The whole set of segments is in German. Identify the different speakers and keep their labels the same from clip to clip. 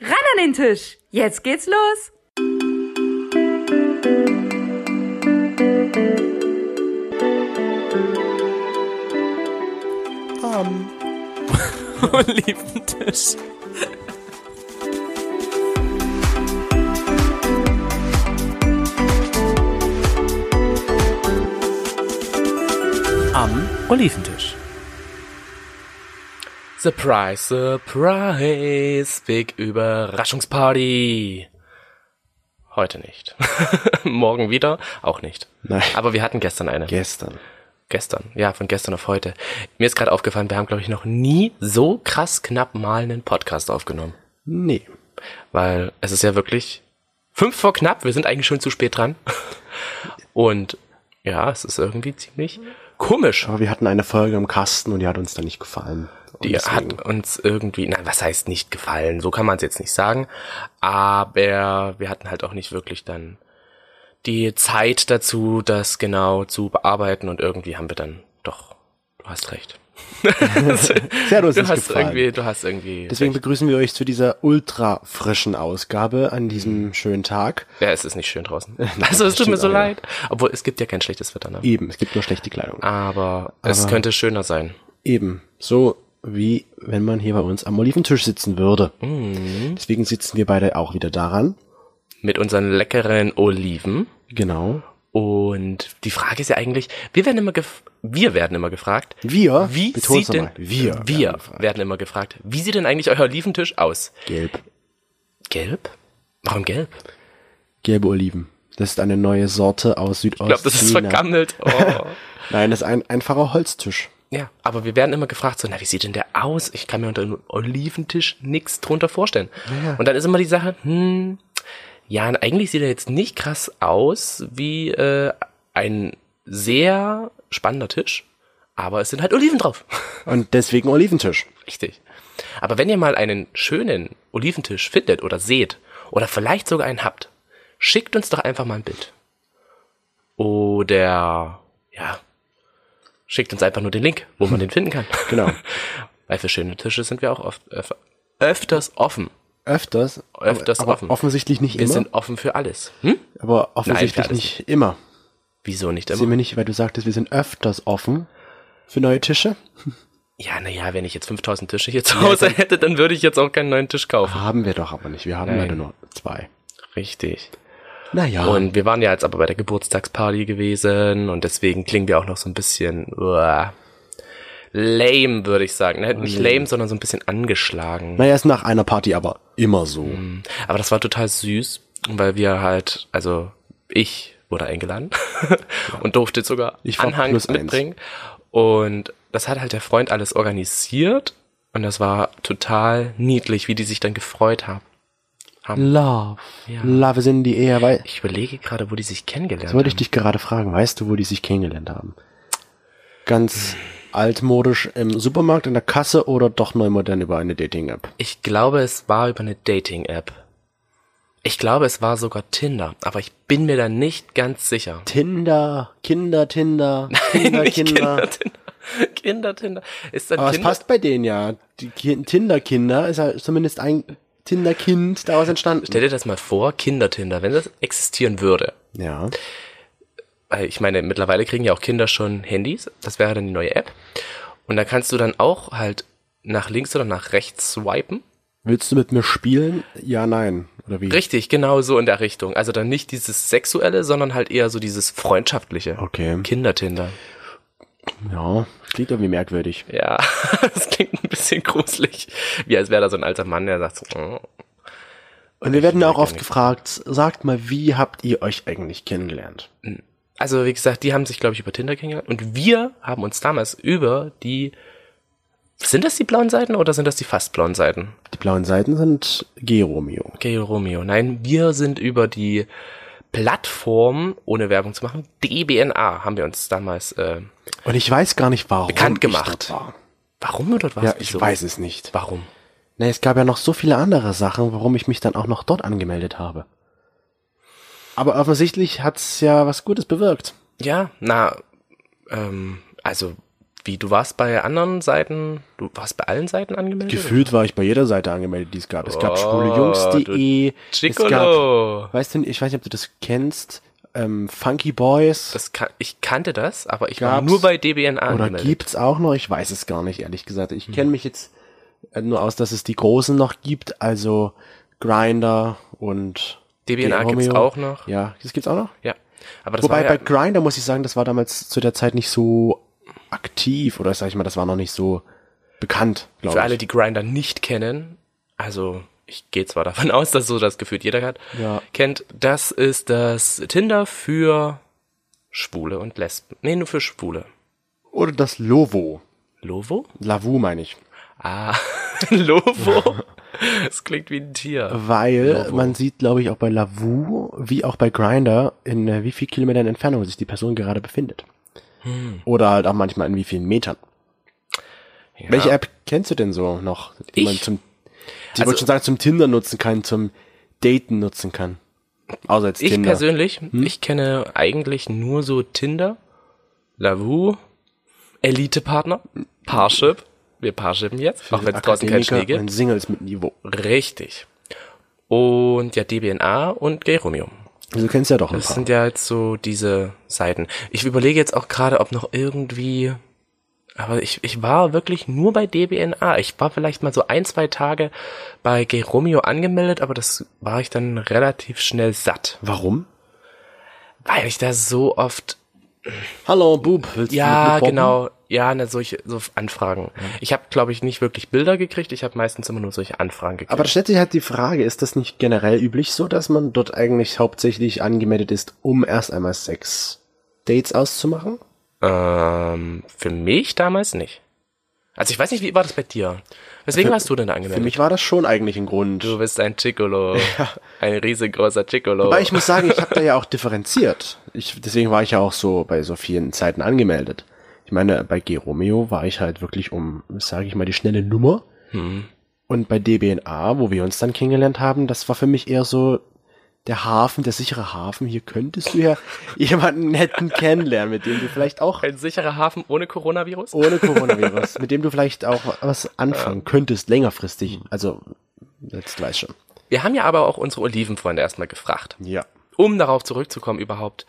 Speaker 1: an den Tisch. Jetzt geht's los.
Speaker 2: und lieben Tisch. Am Oliventisch. Surprise, surprise, big Überraschungsparty. Heute nicht. Morgen wieder auch nicht.
Speaker 3: Nein.
Speaker 2: Aber wir hatten gestern eine.
Speaker 3: Gestern.
Speaker 2: Gestern, ja, von gestern auf heute. Mir ist gerade aufgefallen, wir haben, glaube ich, noch nie so krass knapp mal einen Podcast aufgenommen.
Speaker 3: Nee.
Speaker 2: Weil es ist ja wirklich fünf vor knapp, wir sind eigentlich schon zu spät dran. Und ja, es ist irgendwie ziemlich komisch.
Speaker 3: Aber wir hatten eine Folge im Kasten und die hat uns dann nicht gefallen. Und
Speaker 2: Die
Speaker 3: deswegen-
Speaker 2: hat uns irgendwie, nein, was heißt nicht gefallen, so kann man es jetzt nicht sagen. Aber wir hatten halt auch nicht wirklich dann die Zeit dazu, das genau zu bearbeiten und irgendwie haben wir dann doch, du hast recht.
Speaker 3: Sie hat uns
Speaker 2: Du
Speaker 3: nicht
Speaker 2: hast
Speaker 3: gefallen.
Speaker 2: irgendwie, du hast irgendwie.
Speaker 3: Deswegen
Speaker 2: recht.
Speaker 3: begrüßen wir euch zu dieser ultra frischen Ausgabe an
Speaker 2: Mhm.
Speaker 3: diesem schönen Tag.
Speaker 2: ja, es ist nicht schön draußen. also
Speaker 3: das
Speaker 2: es tut mir
Speaker 3: stimmt
Speaker 2: so
Speaker 3: auch, ja.
Speaker 2: leid. Obwohl es gibt ja kein schlechtes Wetter. Ne?
Speaker 3: Eben, es gibt nur schlechte Kleidung.
Speaker 2: Ah. Aber es könnte schöner sein.
Speaker 3: Eben, so wie wenn man hier bei uns am Oliventisch sitzen würde.
Speaker 2: Mhm.
Speaker 3: Deswegen sitzen wir beide auch wieder daran.
Speaker 2: Mit unseren leckeren Oliven.
Speaker 3: Genau.
Speaker 2: Und die Frage ist ja eigentlich, wir werden immer gef wir werden immer gefragt.
Speaker 3: Wir?
Speaker 2: Wie
Speaker 3: Beton's
Speaker 2: sieht denn äh,
Speaker 3: nochmal. Wir
Speaker 2: wir
Speaker 3: werden
Speaker 2: werden,
Speaker 3: gefragt.
Speaker 2: immer gefragt. Wie sieht denn eigentlich euer Oliventisch aus?
Speaker 3: Gelb.
Speaker 2: Gelb? Warum gelb?
Speaker 3: Gelbe Oliven. Das ist eine neue Sorte aus
Speaker 2: Ich
Speaker 3: Südostasien.
Speaker 2: glaube, das ist vergammelt. Oh.
Speaker 3: Nein, das ist ein einfacher Holztisch.
Speaker 2: ja, aber wir werden immer gefragt, so, na, wie sieht denn der aus? Ich kann mir unter einem Oliventisch nichts drunter vorstellen. Und dann ist immer die Sache, hm, ja, und eigentlich sieht er jetzt nicht krass aus wie äh, ein sehr spannender Tisch, aber es sind halt Oliven drauf.
Speaker 3: Und deswegen Oliventisch.
Speaker 2: Richtig. Aber wenn ihr mal einen schönen Oliventisch findet oder seht oder vielleicht sogar einen habt, schickt uns doch einfach mal ein Bild. Oder ja, schickt uns einfach nur den Link, wo man den finden kann.
Speaker 3: Genau.
Speaker 2: Weil für schöne Tische sind wir auch oft öf öfters offen.
Speaker 3: Öfters.
Speaker 2: Öfters
Speaker 3: aber
Speaker 2: offen.
Speaker 3: Offensichtlich nicht
Speaker 2: Wir
Speaker 3: immer.
Speaker 2: sind offen für alles. Hm?
Speaker 3: aber offensichtlich
Speaker 2: alles
Speaker 3: nicht immer.
Speaker 2: Wieso nicht
Speaker 3: Sind
Speaker 2: immer?
Speaker 3: wir nicht, weil du sagtest, wir sind öfters offen für neue Tische?
Speaker 2: Ja, naja, wenn ich jetzt 5000 Tische hier zu Hause hätte, dann würde ich jetzt auch keinen neuen Tisch kaufen.
Speaker 3: Haben wir doch aber nicht. Wir haben
Speaker 2: Nein.
Speaker 3: leider nur zwei.
Speaker 2: Richtig.
Speaker 3: Naja.
Speaker 2: Und wir waren ja jetzt aber bei der Geburtstagsparty gewesen und deswegen klingen wir auch noch so ein bisschen uah, lame, würde ich sagen. Ne?
Speaker 3: Mm.
Speaker 2: Nicht lame, sondern so ein bisschen angeschlagen.
Speaker 3: naja, ist nach einer Party aber immer so.
Speaker 2: Aber das war total süß, weil wir halt, also ich wurde eingeladen und durfte sogar
Speaker 3: Ich war
Speaker 2: Anhang
Speaker 3: plus eins.
Speaker 2: mitbringen. Und das hat halt der Freund alles organisiert und das war total niedlich, wie die sich dann gefreut haben.
Speaker 3: Love.
Speaker 2: Ja.
Speaker 3: Love is in the air. Weil,
Speaker 2: Ich überlege gerade, wo die sich kennengelernt
Speaker 3: das wollte ich
Speaker 2: haben.
Speaker 3: dich gerade fragen. Weißt du, wo die sich kennengelernt haben? Ganz altmodisch im Supermarkt, in der Kasse oder doch neu modern über eine Dating-App?
Speaker 2: Ich glaube, es war über eine Dating-App. Ich glaube, es war sogar Tinder, aber ich bin mir da nicht ganz sicher.
Speaker 3: Tinder, Kinder, Tinder, Kinder,
Speaker 2: Nicht
Speaker 3: Kinder.
Speaker 2: Kinder-Tinder. Kinder-Tinder. Ist dann
Speaker 3: Aber es
Speaker 2: Tinder?
Speaker 3: passt bei denen ja. Die Ki- Tinder-Kinder ist ja zumindest ein Tinder-Kind daraus entstanden.
Speaker 2: Stell dir das mal vor, Kinder-Tinder, wenn das existieren würde.
Speaker 3: Ja.
Speaker 2: Weil Ich meine, mittlerweile kriegen ja auch Kinder schon Handys. Das wäre dann die neue App. Und da kannst du dann auch halt nach links oder nach rechts swipen.
Speaker 3: Willst du mit mir spielen? Ja, nein. Oder wie?
Speaker 2: Richtig, genau so in der Richtung. Also dann nicht dieses sexuelle, sondern halt eher so dieses freundschaftliche.
Speaker 3: Okay.
Speaker 2: Kinder-Tinder.
Speaker 3: Ja, klingt irgendwie merkwürdig.
Speaker 2: Ja, das klingt ein bisschen gruselig. Wie als wäre da so ein alter Mann, der sagt so, oh.
Speaker 3: Und wir werden auch
Speaker 2: gar
Speaker 3: oft
Speaker 2: nicht.
Speaker 3: gefragt, sagt mal, wie habt ihr euch eigentlich kennengelernt?
Speaker 2: Also wie gesagt, die haben sich, glaube ich, über Tinder kennengelernt. Und wir haben uns damals über die... Sind das die blauen Seiten oder sind das die fast blauen Seiten?
Speaker 3: Die blauen Seiten sind G-Romeo.
Speaker 2: Okay, Romeo. Nein, wir sind über die Plattform, ohne Werbung zu machen, DBNA haben wir uns damals... Äh,
Speaker 3: Und ich weiß gar nicht, warum.
Speaker 2: Bekannt
Speaker 3: ich
Speaker 2: gemacht.
Speaker 3: dort war.
Speaker 2: warum du dort warst?
Speaker 3: Ja, ich
Speaker 2: Wieso?
Speaker 3: weiß es nicht.
Speaker 2: Warum?
Speaker 3: Na, es gab ja noch so viele andere Sachen, warum ich mich dann auch noch dort angemeldet habe. Aber offensichtlich hat's ja was Gutes bewirkt.
Speaker 2: Ja, na, ähm, also Wie, du warst bei anderen Seiten, du warst bei allen Seiten angemeldet?
Speaker 3: Gefühlt war ich bei jeder Seite angemeldet, die es gab. Es gab
Speaker 2: Oh,
Speaker 3: schwulejungs.de, eh, es gab,
Speaker 2: Chicolo.
Speaker 3: weißt du, ich weiß nicht, ob du das kennst, ähm, Funky Boys
Speaker 2: Das kann, ich kannte das, aber ich war
Speaker 3: Gab's
Speaker 2: nur bei DBNA
Speaker 3: oder
Speaker 2: angemeldet. Hm.
Speaker 3: gibt's auch noch? Ich weiß es gar nicht, ehrlich gesagt. Ich kenne mich jetzt äh, nur aus, dass es die großen noch gibt, also Grinder und
Speaker 2: DBNA
Speaker 3: G-Homeo.
Speaker 2: gibt's auch noch.
Speaker 3: Ja, das gibt's auch noch.
Speaker 2: Ja. Aber das
Speaker 3: Wobei
Speaker 2: war ja,
Speaker 3: bei Grinder muss ich sagen, das war damals zu der Zeit nicht so aktiv oder sag ich mal, das war noch nicht so bekannt, glaube
Speaker 2: Für
Speaker 3: ich.
Speaker 2: alle, die Grinder nicht kennen, also ich gehe zwar davon aus, dass so das Gefühl jeder hat,
Speaker 3: Ja.
Speaker 2: kennt, das ist das Tinder für Schwule und Lesben. Nee, nur für Schwule.
Speaker 3: oder das Lovo.
Speaker 2: Lovo?
Speaker 3: Lavu meine ich.
Speaker 2: Ah, Lovo. Das klingt wie ein Tier.
Speaker 3: Weil
Speaker 2: Genau
Speaker 3: man sieht, glaube ich, auch bei Lavu wie auch bei Grinder, in äh, wie viel Kilometern Entfernung sich die Person gerade befindet.
Speaker 2: Hm.
Speaker 3: Oder halt auch manchmal in wie vielen Metern.
Speaker 2: Ja.
Speaker 3: Welche App kennst du denn so noch, die man
Speaker 2: Ich?
Speaker 3: zum, die
Speaker 2: Also-
Speaker 3: wollte ich schon sagen, zum Tinder nutzen kann, zum Daten nutzen kann? Außer als
Speaker 2: Ich
Speaker 3: Tinder.
Speaker 2: persönlich, ich kenne eigentlich nur so Tinder, Lavu, Elite-Partner, Parship. Wir Parshipen jetzt, auch wenn es draußen keinen Schnee gibt.
Speaker 3: und Singles mit Niveau.
Speaker 2: Richtig. Und ja, DBNA und Gay Romeo.
Speaker 3: Also du kennst ja doch ein
Speaker 2: Das
Speaker 3: paar.
Speaker 2: sind ja jetzt so diese Seiten. Ich überlege jetzt auch gerade, ob noch irgendwie. Aber ich, ich war wirklich nur bei DBNA. Ich war vielleicht mal so ein, zwei Tage bei Gay Romeo angemeldet, aber das war ich dann relativ schnell satt.
Speaker 3: Warum?
Speaker 2: Weil ich da so oft
Speaker 3: Hallo, Bub, willst du
Speaker 2: Ja,
Speaker 3: mit mir poppen?
Speaker 2: genau. Ja, ne, solche so Anfragen. Ich habe, glaube ich, nicht wirklich Bilder gekriegt. Ich habe meistens immer nur solche Anfragen gekriegt.
Speaker 3: Aber da stellt sich halt die Frage, ist das nicht generell üblich so, dass man dort eigentlich hauptsächlich angemeldet ist, um erst einmal Sex Dates auszumachen?
Speaker 2: ähm, für mich damals nicht. Also ich weiß nicht, wie war das bei dir? Weswegen warst du denn da
Speaker 3: Für
Speaker 2: angemeldet?
Speaker 3: mich war das schon eigentlich ein Grund.
Speaker 2: du bist ein Chicolo. Ein riesengroßer Chicolo.
Speaker 3: Wobei ich muss sagen, ich habe da ja auch differenziert. Ich, deswegen war ich ja auch so bei so vielen Zeiten angemeldet. Ich meine, bei G Romeo war ich halt wirklich um, sage ich mal, die schnelle Nummer.
Speaker 2: Hm.
Speaker 3: Und bei DBNA, wo wir uns dann kennengelernt haben, das war für mich eher so der Hafen, der sichere Hafen. Hier könntest du ja jemanden netten kennenlernen, mit dem du vielleicht auch
Speaker 2: ein sicherer Hafen ohne Coronavirus?
Speaker 3: ohne Coronavirus, mit dem du vielleicht auch was anfangen könntest,
Speaker 2: Hm.
Speaker 3: längerfristig. Also, jetzt weiß schon.
Speaker 2: Wir haben ja aber auch unsere Olivenfreunde erstmal gefragt.
Speaker 3: Ja.
Speaker 2: um darauf zurückzukommen überhaupt,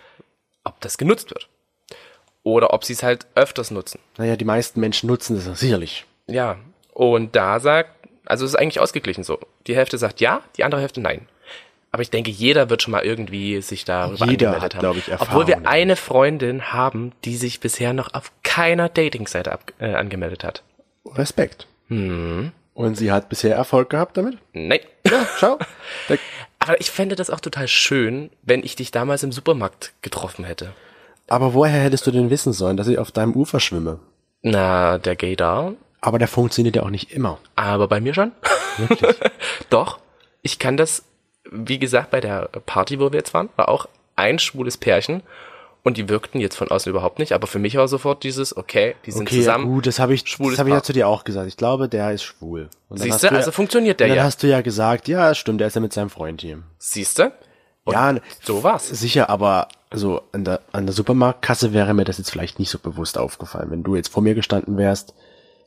Speaker 2: ob das genutzt wird. Oder ob sie es halt öfters nutzen.
Speaker 3: Naja, die meisten Menschen nutzen das sicherlich.
Speaker 2: Ja. Und da sagt, also es ist eigentlich ausgeglichen so. Die Hälfte sagt ja, die andere Hälfte nein. Aber ich denke, jeder wird schon mal irgendwie sich darüber
Speaker 3: Jeder
Speaker 2: angemeldet
Speaker 3: hat,
Speaker 2: haben.
Speaker 3: glaub ich,
Speaker 2: Obwohl
Speaker 3: Erfahrungen
Speaker 2: wir eine Freundin haben, die sich bisher noch auf keiner Dating-Seite ab- äh, angemeldet hat.
Speaker 3: Respekt.
Speaker 2: Hm.
Speaker 3: Und sie hat bisher Erfolg gehabt damit?
Speaker 2: Nein.
Speaker 3: Ja, schau. Da,
Speaker 2: Aber ich fände das auch total schön, wenn ich dich damals im Supermarkt getroffen hätte.
Speaker 3: aber woher hättest du denn wissen sollen, dass ich auf deinem Ufer schwimme?
Speaker 2: Na, der Gaydar,
Speaker 3: Aber der funktioniert ja auch nicht immer.
Speaker 2: Aber bei mir schon. Doch, ich kann das, wie gesagt, bei der Party, wo wir jetzt waren, war auch ein schwules Pärchen. Und die wirkten jetzt von außen überhaupt nicht, aber für mich war sofort dieses, okay, die sind
Speaker 3: Okay, ja,
Speaker 2: zusammen.
Speaker 3: gut, das habe ich,
Speaker 2: Schwules
Speaker 3: das hab ich ja
Speaker 2: Paar.
Speaker 3: zu dir auch gesagt. Ich glaube, der ist schwul. Und dann
Speaker 2: Siehst
Speaker 3: hast
Speaker 2: du,
Speaker 3: ja-
Speaker 2: also funktioniert der
Speaker 3: und dann
Speaker 2: ja.
Speaker 3: hast du ja gesagt, ja, stimmt, der ist ja mit seinem Freund hier.
Speaker 2: Siehst du?
Speaker 3: ja, n-
Speaker 2: So war's.
Speaker 3: sicher, aber so an der, an der Supermarktkasse wäre mir das jetzt vielleicht nicht so bewusst aufgefallen, wenn du jetzt vor mir gestanden wärst.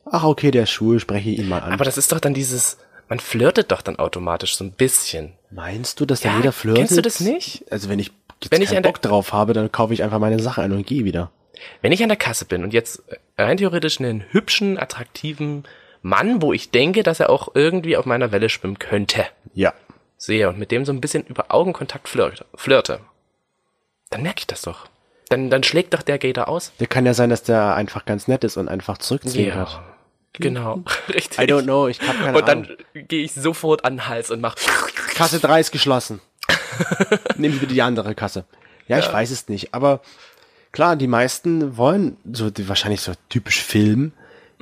Speaker 3: Ach, okay, der ist schwul, spreche ihn mal an.
Speaker 2: Aber das ist doch dann dieses, man flirtet doch dann automatisch so ein bisschen.
Speaker 3: Meinst du, dass
Speaker 2: Ja,
Speaker 3: da jeder flirtet?
Speaker 2: kennst du das nicht?
Speaker 3: Also wenn ich jetzt
Speaker 2: Wenn ich
Speaker 3: keinen
Speaker 2: an der-
Speaker 3: Bock drauf habe, dann kaufe ich einfach meine Sachen ein und gehe wieder.
Speaker 2: Wenn ich an der Kasse bin und jetzt rein theoretisch einen hübschen, attraktiven Mann, wo ich denke, dass er auch irgendwie auf meiner Welle schwimmen könnte.
Speaker 3: Ja.
Speaker 2: sehe und mit dem so ein bisschen über Augenkontakt flirte, flirte dann merke ich das doch. Dann, dann schlägt doch der Gator aus.
Speaker 3: Der kann ja sein, dass der einfach ganz nett ist und einfach zurückzwinkert.
Speaker 2: Genau, richtig.
Speaker 3: I don't know, ich hab keine
Speaker 2: Und
Speaker 3: Ahnung.
Speaker 2: dann gehe ich sofort an den Hals und mache.
Speaker 3: Kasse 3 ist geschlossen. Nehmen Sie bitte die andere Kasse. Ja, ich weiß es nicht, aber klar, die meisten wollen so die, wahrscheinlich so typisch Film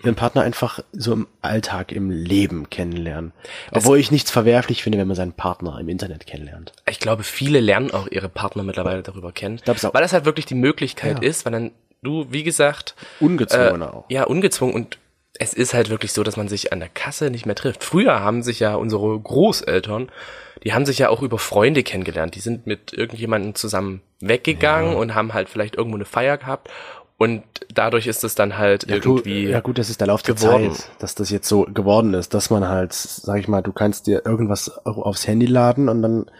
Speaker 3: ihren Partner einfach so im Alltag, im Leben kennenlernen. Obwohl ich nichts verwerflich finde, wenn man seinen Partner im Internet kennenlernt.
Speaker 2: Ich glaube, viele lernen auch ihre Partner mittlerweile darüber kennen,
Speaker 3: Glaub's auch.
Speaker 2: weil das halt wirklich die Möglichkeit
Speaker 3: Ja.
Speaker 2: ist, weil dann du, wie gesagt, äh,
Speaker 3: Ungezwungener auch.
Speaker 2: Ja, ungezwungen und es ist halt wirklich so, dass man sich an der Kasse nicht mehr trifft. Früher haben sich ja unsere Großeltern, die haben sich ja auch über Freunde kennengelernt. Die sind mit irgendjemandem zusammen weggegangen und haben halt vielleicht irgendwo eine Feier gehabt Und dadurch ist es dann halt
Speaker 3: Ja, du,
Speaker 2: irgendwie.
Speaker 3: ja gut, das ist der Lauf der
Speaker 2: geworden.
Speaker 3: Zeit, dass das jetzt so geworden ist, dass man halt, sag ich mal, du kannst dir irgendwas au- aufs Handy laden und dann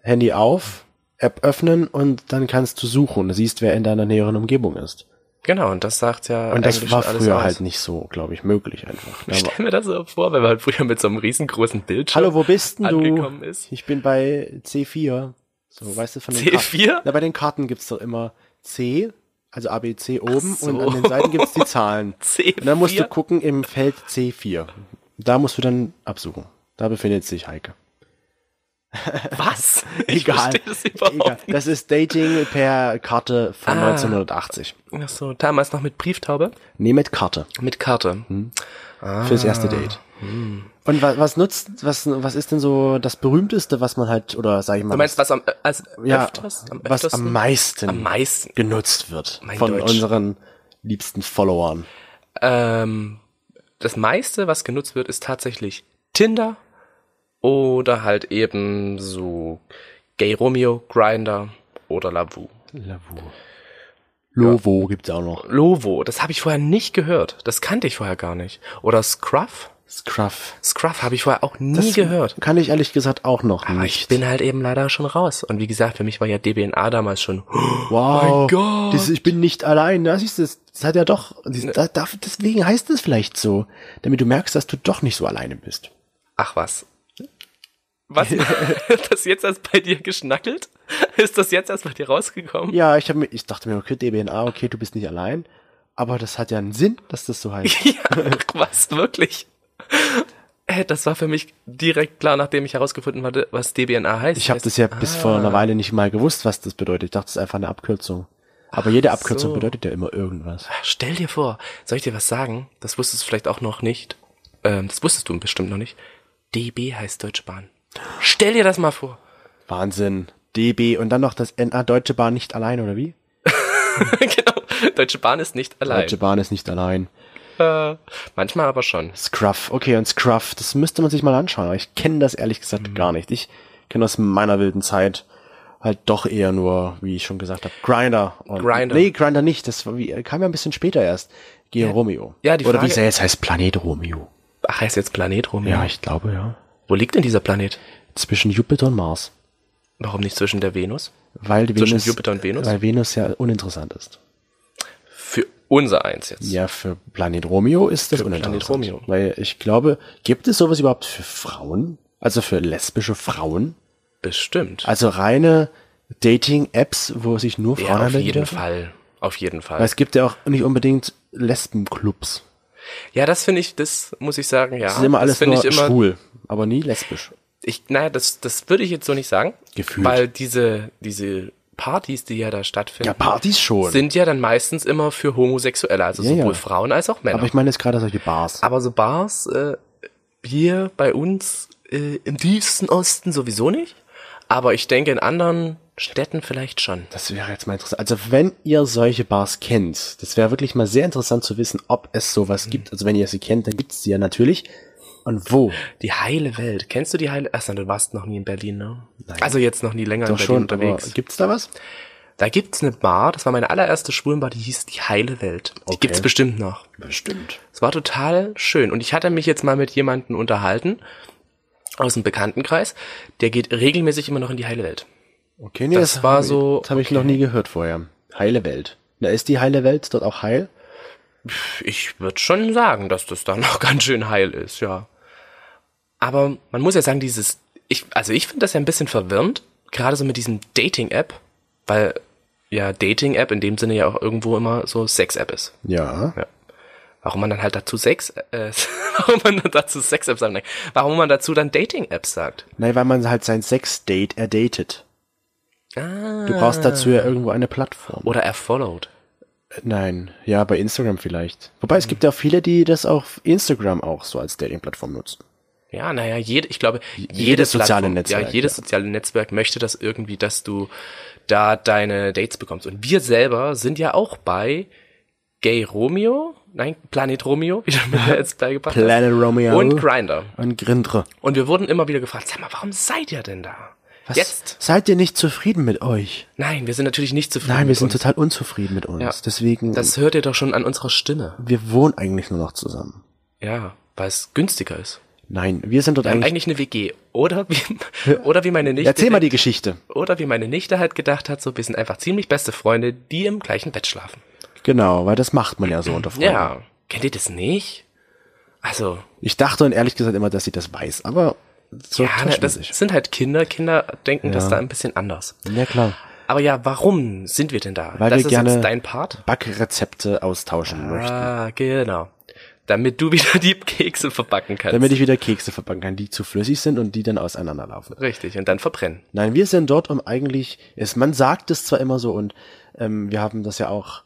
Speaker 3: Handy auf, App öffnen und dann kannst du suchen. Du siehst, wer in deiner näheren Umgebung ist.
Speaker 2: Genau, und das sagt ja.
Speaker 3: Und das
Speaker 2: eigentlich
Speaker 3: war
Speaker 2: schon alles
Speaker 3: früher
Speaker 2: aus.
Speaker 3: halt nicht so, glaube ich, möglich einfach. Da
Speaker 2: Ich
Speaker 3: war,
Speaker 2: stelle mir das so vor, wenn man halt früher mit so einem riesengroßen Bildschirm
Speaker 3: Hallo, wo bist denn
Speaker 2: angekommen
Speaker 3: du?
Speaker 2: ist.
Speaker 3: Ich bin bei C4. So, weißt du, von den
Speaker 2: C4?
Speaker 3: Karten- Na, bei den Karten gibt's doch immer C, also A, B, C oben
Speaker 2: so.
Speaker 3: und an den Seiten gibt's die Zahlen.
Speaker 2: C4?
Speaker 3: Und dann musst du gucken im Feld C4. Da musst du dann absuchen. Da befindet sich Heike.
Speaker 2: Was?
Speaker 3: Egal.
Speaker 2: Ich verstehe das überhaupt
Speaker 3: Das ist Dating per Karte von
Speaker 2: Ah.
Speaker 3: 1980.
Speaker 2: nicht. Ach so, damals noch mit Brieftaube?
Speaker 3: Nee, mit Karte.
Speaker 2: Mit Karte.
Speaker 3: Hm. Fürs erste Date. Ah. Hm. Und was, was nutzt, was, was ist denn so das berühmteste, was man halt, oder sag ich mal,
Speaker 2: Du meinst, was am, äh, als
Speaker 3: ja,
Speaker 2: öfters, am
Speaker 3: was
Speaker 2: öftesten?
Speaker 3: am meisten,
Speaker 2: Am meisten.
Speaker 3: genutzt wird
Speaker 2: Mein
Speaker 3: von
Speaker 2: Deutsch.
Speaker 3: unseren liebsten Followern?
Speaker 2: Ähm, das meiste, was genutzt wird, ist tatsächlich Tinder oder halt eben so Gay Romeo, Grinder oder Lavu.
Speaker 3: Lavo. Lovo gibt's auch noch.
Speaker 2: Lovo, das habe ich vorher nicht gehört. Das kannte ich vorher gar nicht. Oder Scruff?
Speaker 3: Scruff.
Speaker 2: Scruff habe ich vorher auch nie gehört.
Speaker 3: Kann ich ehrlich gesagt auch noch
Speaker 2: Aber
Speaker 3: nicht.
Speaker 2: ich bin halt eben leider schon raus. Und wie gesagt, für mich war ja DBNA damals schon.
Speaker 3: Wow.
Speaker 2: oh Mein Gott. Ne.
Speaker 3: Das, ich bin nicht allein. Das ist das, das hat ja doch. Das, da, da- deswegen heißt es vielleicht so, damit du merkst, dass du doch nicht so alleine bist.
Speaker 2: Ach was. Was? Hat das jetzt erst bei dir geschnackelt? Ist das jetzt erst bei dir rausgekommen?
Speaker 3: Ja, ich habe mir, ich dachte mir, okay, DBNA, okay, du bist nicht allein. Aber das hat ja einen Sinn, dass das so heißt.
Speaker 2: Ja, ach was, wirklich. Äh, Das war für mich direkt klar, nachdem ich herausgefunden hatte, was DBNA heißt.
Speaker 3: Ich habe das ja bis vor
Speaker 2: Ah.
Speaker 3: einer Weile nicht mal gewusst, was das bedeutet. Ich dachte, das ist einfach eine Abkürzung. Aber jede Abkürzung
Speaker 2: so.
Speaker 3: bedeutet ja immer irgendwas.
Speaker 2: Ah, Stell dir vor, soll ich dir was sagen? Das wusstest du vielleicht auch noch nicht. Ähm, das wusstest du bestimmt noch nicht. DB heißt Deutsche Bahn. Stell dir das mal vor.
Speaker 3: Wahnsinn. DB und dann noch das NA Deutsche Bahn nicht allein, oder wie?
Speaker 2: genau. Deutsche Bahn ist nicht allein.
Speaker 3: Deutsche Bahn ist nicht allein.
Speaker 2: Äh, manchmal aber schon.
Speaker 3: Scruff, okay, und Scruff, das müsste man sich mal anschauen, aber ich kenne das ehrlich gesagt
Speaker 2: Mhm.
Speaker 3: gar nicht. Ich kenne aus meiner wilden Zeit halt doch eher nur, wie ich schon gesagt habe, Grinder. Und,
Speaker 2: Grindr.
Speaker 3: Nee, Grinder nicht, das war, wie, kam ja ein bisschen später erst. Geo Romeo.
Speaker 2: Ja, die
Speaker 3: Oder wie
Speaker 2: Frage-
Speaker 3: es ja jetzt heißt, Planet Romeo.
Speaker 2: Ach, heißt jetzt Planet rum.
Speaker 3: Ja, ich glaube, ja.
Speaker 2: Wo liegt denn dieser Planet?
Speaker 3: Zwischen Jupiter und Mars.
Speaker 2: Warum nicht zwischen der Venus?
Speaker 3: Weil die
Speaker 2: Zwischen
Speaker 3: Venus,
Speaker 2: Jupiter und Venus?
Speaker 3: Weil Venus ja uninteressant ist.
Speaker 2: Für unser Eins jetzt.
Speaker 3: Ja, für Planet Romeo ist das
Speaker 2: Für Planet
Speaker 3: uninteressant.
Speaker 2: Romeo.
Speaker 3: Weil ich glaube, gibt es sowas überhaupt für Frauen? Also für lesbische Frauen?
Speaker 2: Bestimmt.
Speaker 3: Also reine Dating-Apps, wo sich nur Frauen
Speaker 2: ja, auf
Speaker 3: anmelden
Speaker 2: jeden
Speaker 3: dürfen?
Speaker 2: Fall. Auf jeden Fall.
Speaker 3: Weil es gibt ja auch nicht unbedingt Lesbenclubs.
Speaker 2: ja, das finde ich, das muss ich sagen, ja.
Speaker 3: Das ist immer
Speaker 2: das
Speaker 3: alles
Speaker 2: finde
Speaker 3: nur
Speaker 2: ich immer,
Speaker 3: schwul, aber nie lesbisch.
Speaker 2: ich, naja, das, das würde ich jetzt so nicht sagen.
Speaker 3: Gefühlt.
Speaker 2: Weil diese, diese Partys, die ja da stattfinden,
Speaker 3: Ja, Partys schon.
Speaker 2: sind ja dann meistens immer für Homosexuelle, also
Speaker 3: Ja, ja.
Speaker 2: sowohl Frauen als auch Männer.
Speaker 3: aber ich meine jetzt gerade solche Bars.
Speaker 2: Aber so Bars äh, hier bei uns äh, im tiefsten Osten sowieso nicht. Aber ich denke in anderen Städten vielleicht schon.
Speaker 3: Das wäre jetzt mal interessant. Also wenn ihr solche Bars kennt, das wäre wirklich mal sehr interessant zu wissen, ob es sowas
Speaker 2: Mhm.
Speaker 3: gibt. Also wenn ihr sie kennt, dann gibt es sie ja natürlich. Und wo?
Speaker 2: Die heile Welt. Kennst du die heile? Ach, nein, du warst noch nie in Berlin, ne? Also jetzt noch nie länger
Speaker 3: Doch
Speaker 2: in Berlin
Speaker 3: schon, aber
Speaker 2: unterwegs.
Speaker 3: gibt's da was?
Speaker 2: Da gibt's eine Bar, das war meine allererste Schwulenbar, die hieß die heile Welt. Die
Speaker 3: Okay.
Speaker 2: gibt's bestimmt noch.
Speaker 3: Bestimmt.
Speaker 2: Es war total schön. Und ich hatte mich jetzt mal mit jemandem unterhalten aus dem Bekanntenkreis, der geht regelmäßig immer noch in die heile Welt.
Speaker 3: Okay, nee,
Speaker 2: Das war
Speaker 3: hab ich-
Speaker 2: so-
Speaker 3: Das habe ich noch nie gehört vorher. Heile Welt. Na, ist die heile Welt dort auch heil?
Speaker 2: Ich würde schon sagen, dass das dann noch ganz schön heil ist, ja. Aber man muss ja sagen, dieses, ich, also ich finde das ja ein bisschen verwirrend, gerade so mit diesem Dating-App, weil ja Dating-App in dem Sinne ja auch irgendwo immer so Sex-App ist.
Speaker 3: Ja.
Speaker 2: Warum man dann halt dazu Sex, äh, warum man dann dazu Sex-App sagt, nein, warum man dazu dann Dating-App sagt.
Speaker 3: Nein, weil man halt sein Sex-Date erdatet.
Speaker 2: Ah.
Speaker 3: Du brauchst dazu ja irgendwo eine Plattform.
Speaker 2: Oder er followed.
Speaker 3: Nein, ja, bei Instagram vielleicht. Wobei es gibt ja auch viele, die das auf Instagram auch so als Dating-Plattform nutzen.
Speaker 2: Ja, naja, jede, ich glaube, jedes
Speaker 3: jedes soziale
Speaker 2: Plattform-
Speaker 3: Netzwerk,
Speaker 2: Ja, jedes
Speaker 3: ja.
Speaker 2: soziale Netzwerk möchte das irgendwie, dass du da deine Dates bekommst. Und wir selber sind ja auch bei Gay Romeo, nein, Planet Romeo, wie du mir jetzt beigebracht hast.
Speaker 3: Planet Romeo.
Speaker 2: Und Grinder.
Speaker 3: Und Grindr.
Speaker 2: Und wir wurden immer wieder gefragt, sag mal, warum seid ihr denn da?
Speaker 3: Was?
Speaker 2: Jetzt.
Speaker 3: Seid ihr nicht zufrieden mit euch?
Speaker 2: Nein, wir sind natürlich nicht zufrieden.
Speaker 3: Nein, wir
Speaker 2: mit uns.
Speaker 3: sind total unzufrieden mit uns.
Speaker 2: Ja.
Speaker 3: Deswegen,
Speaker 2: Das hört ihr doch schon an unserer Stimme.
Speaker 3: wir wohnen eigentlich nur noch zusammen.
Speaker 2: Ja, weil es günstiger ist.
Speaker 3: Nein, wir sind dort
Speaker 2: Wir haben
Speaker 3: eigentlich.
Speaker 2: eigentlich eine WG. Oder wie, oder wie meine Nichte.
Speaker 3: Erzähl mal die Geschichte.
Speaker 2: Oder wie meine Nichte halt gedacht hat, so, wir sind einfach ziemlich beste Freunde, die im gleichen Bett schlafen.
Speaker 3: Genau, weil das macht man ja so unter Freunden.
Speaker 2: Ja. Kennt ihr das nicht? Also,
Speaker 3: Ich dachte und ehrlich gesagt immer, dass sie das weiß, aber so
Speaker 2: ja, na,
Speaker 3: täuscht man
Speaker 2: das
Speaker 3: sich.
Speaker 2: sind halt Kinder. Kinder denken das
Speaker 3: Ja.
Speaker 2: da ein bisschen anders.
Speaker 3: Ja klar.
Speaker 2: Aber ja, warum sind wir denn da?
Speaker 3: Weil
Speaker 2: das
Speaker 3: wir
Speaker 2: ist
Speaker 3: gerne
Speaker 2: jetzt dein Part.
Speaker 3: Backrezepte austauschen möchten.
Speaker 2: Ah, genau. Damit du wieder die Kekse verbacken kannst.
Speaker 3: Damit ich wieder Kekse verpacken kann, die zu flüssig sind und die dann auseinanderlaufen.
Speaker 2: Richtig, und dann verbrennen.
Speaker 3: Nein, wir sind dort, um eigentlich, es, man sagt es zwar immer so und ähm, wir haben das ja auch,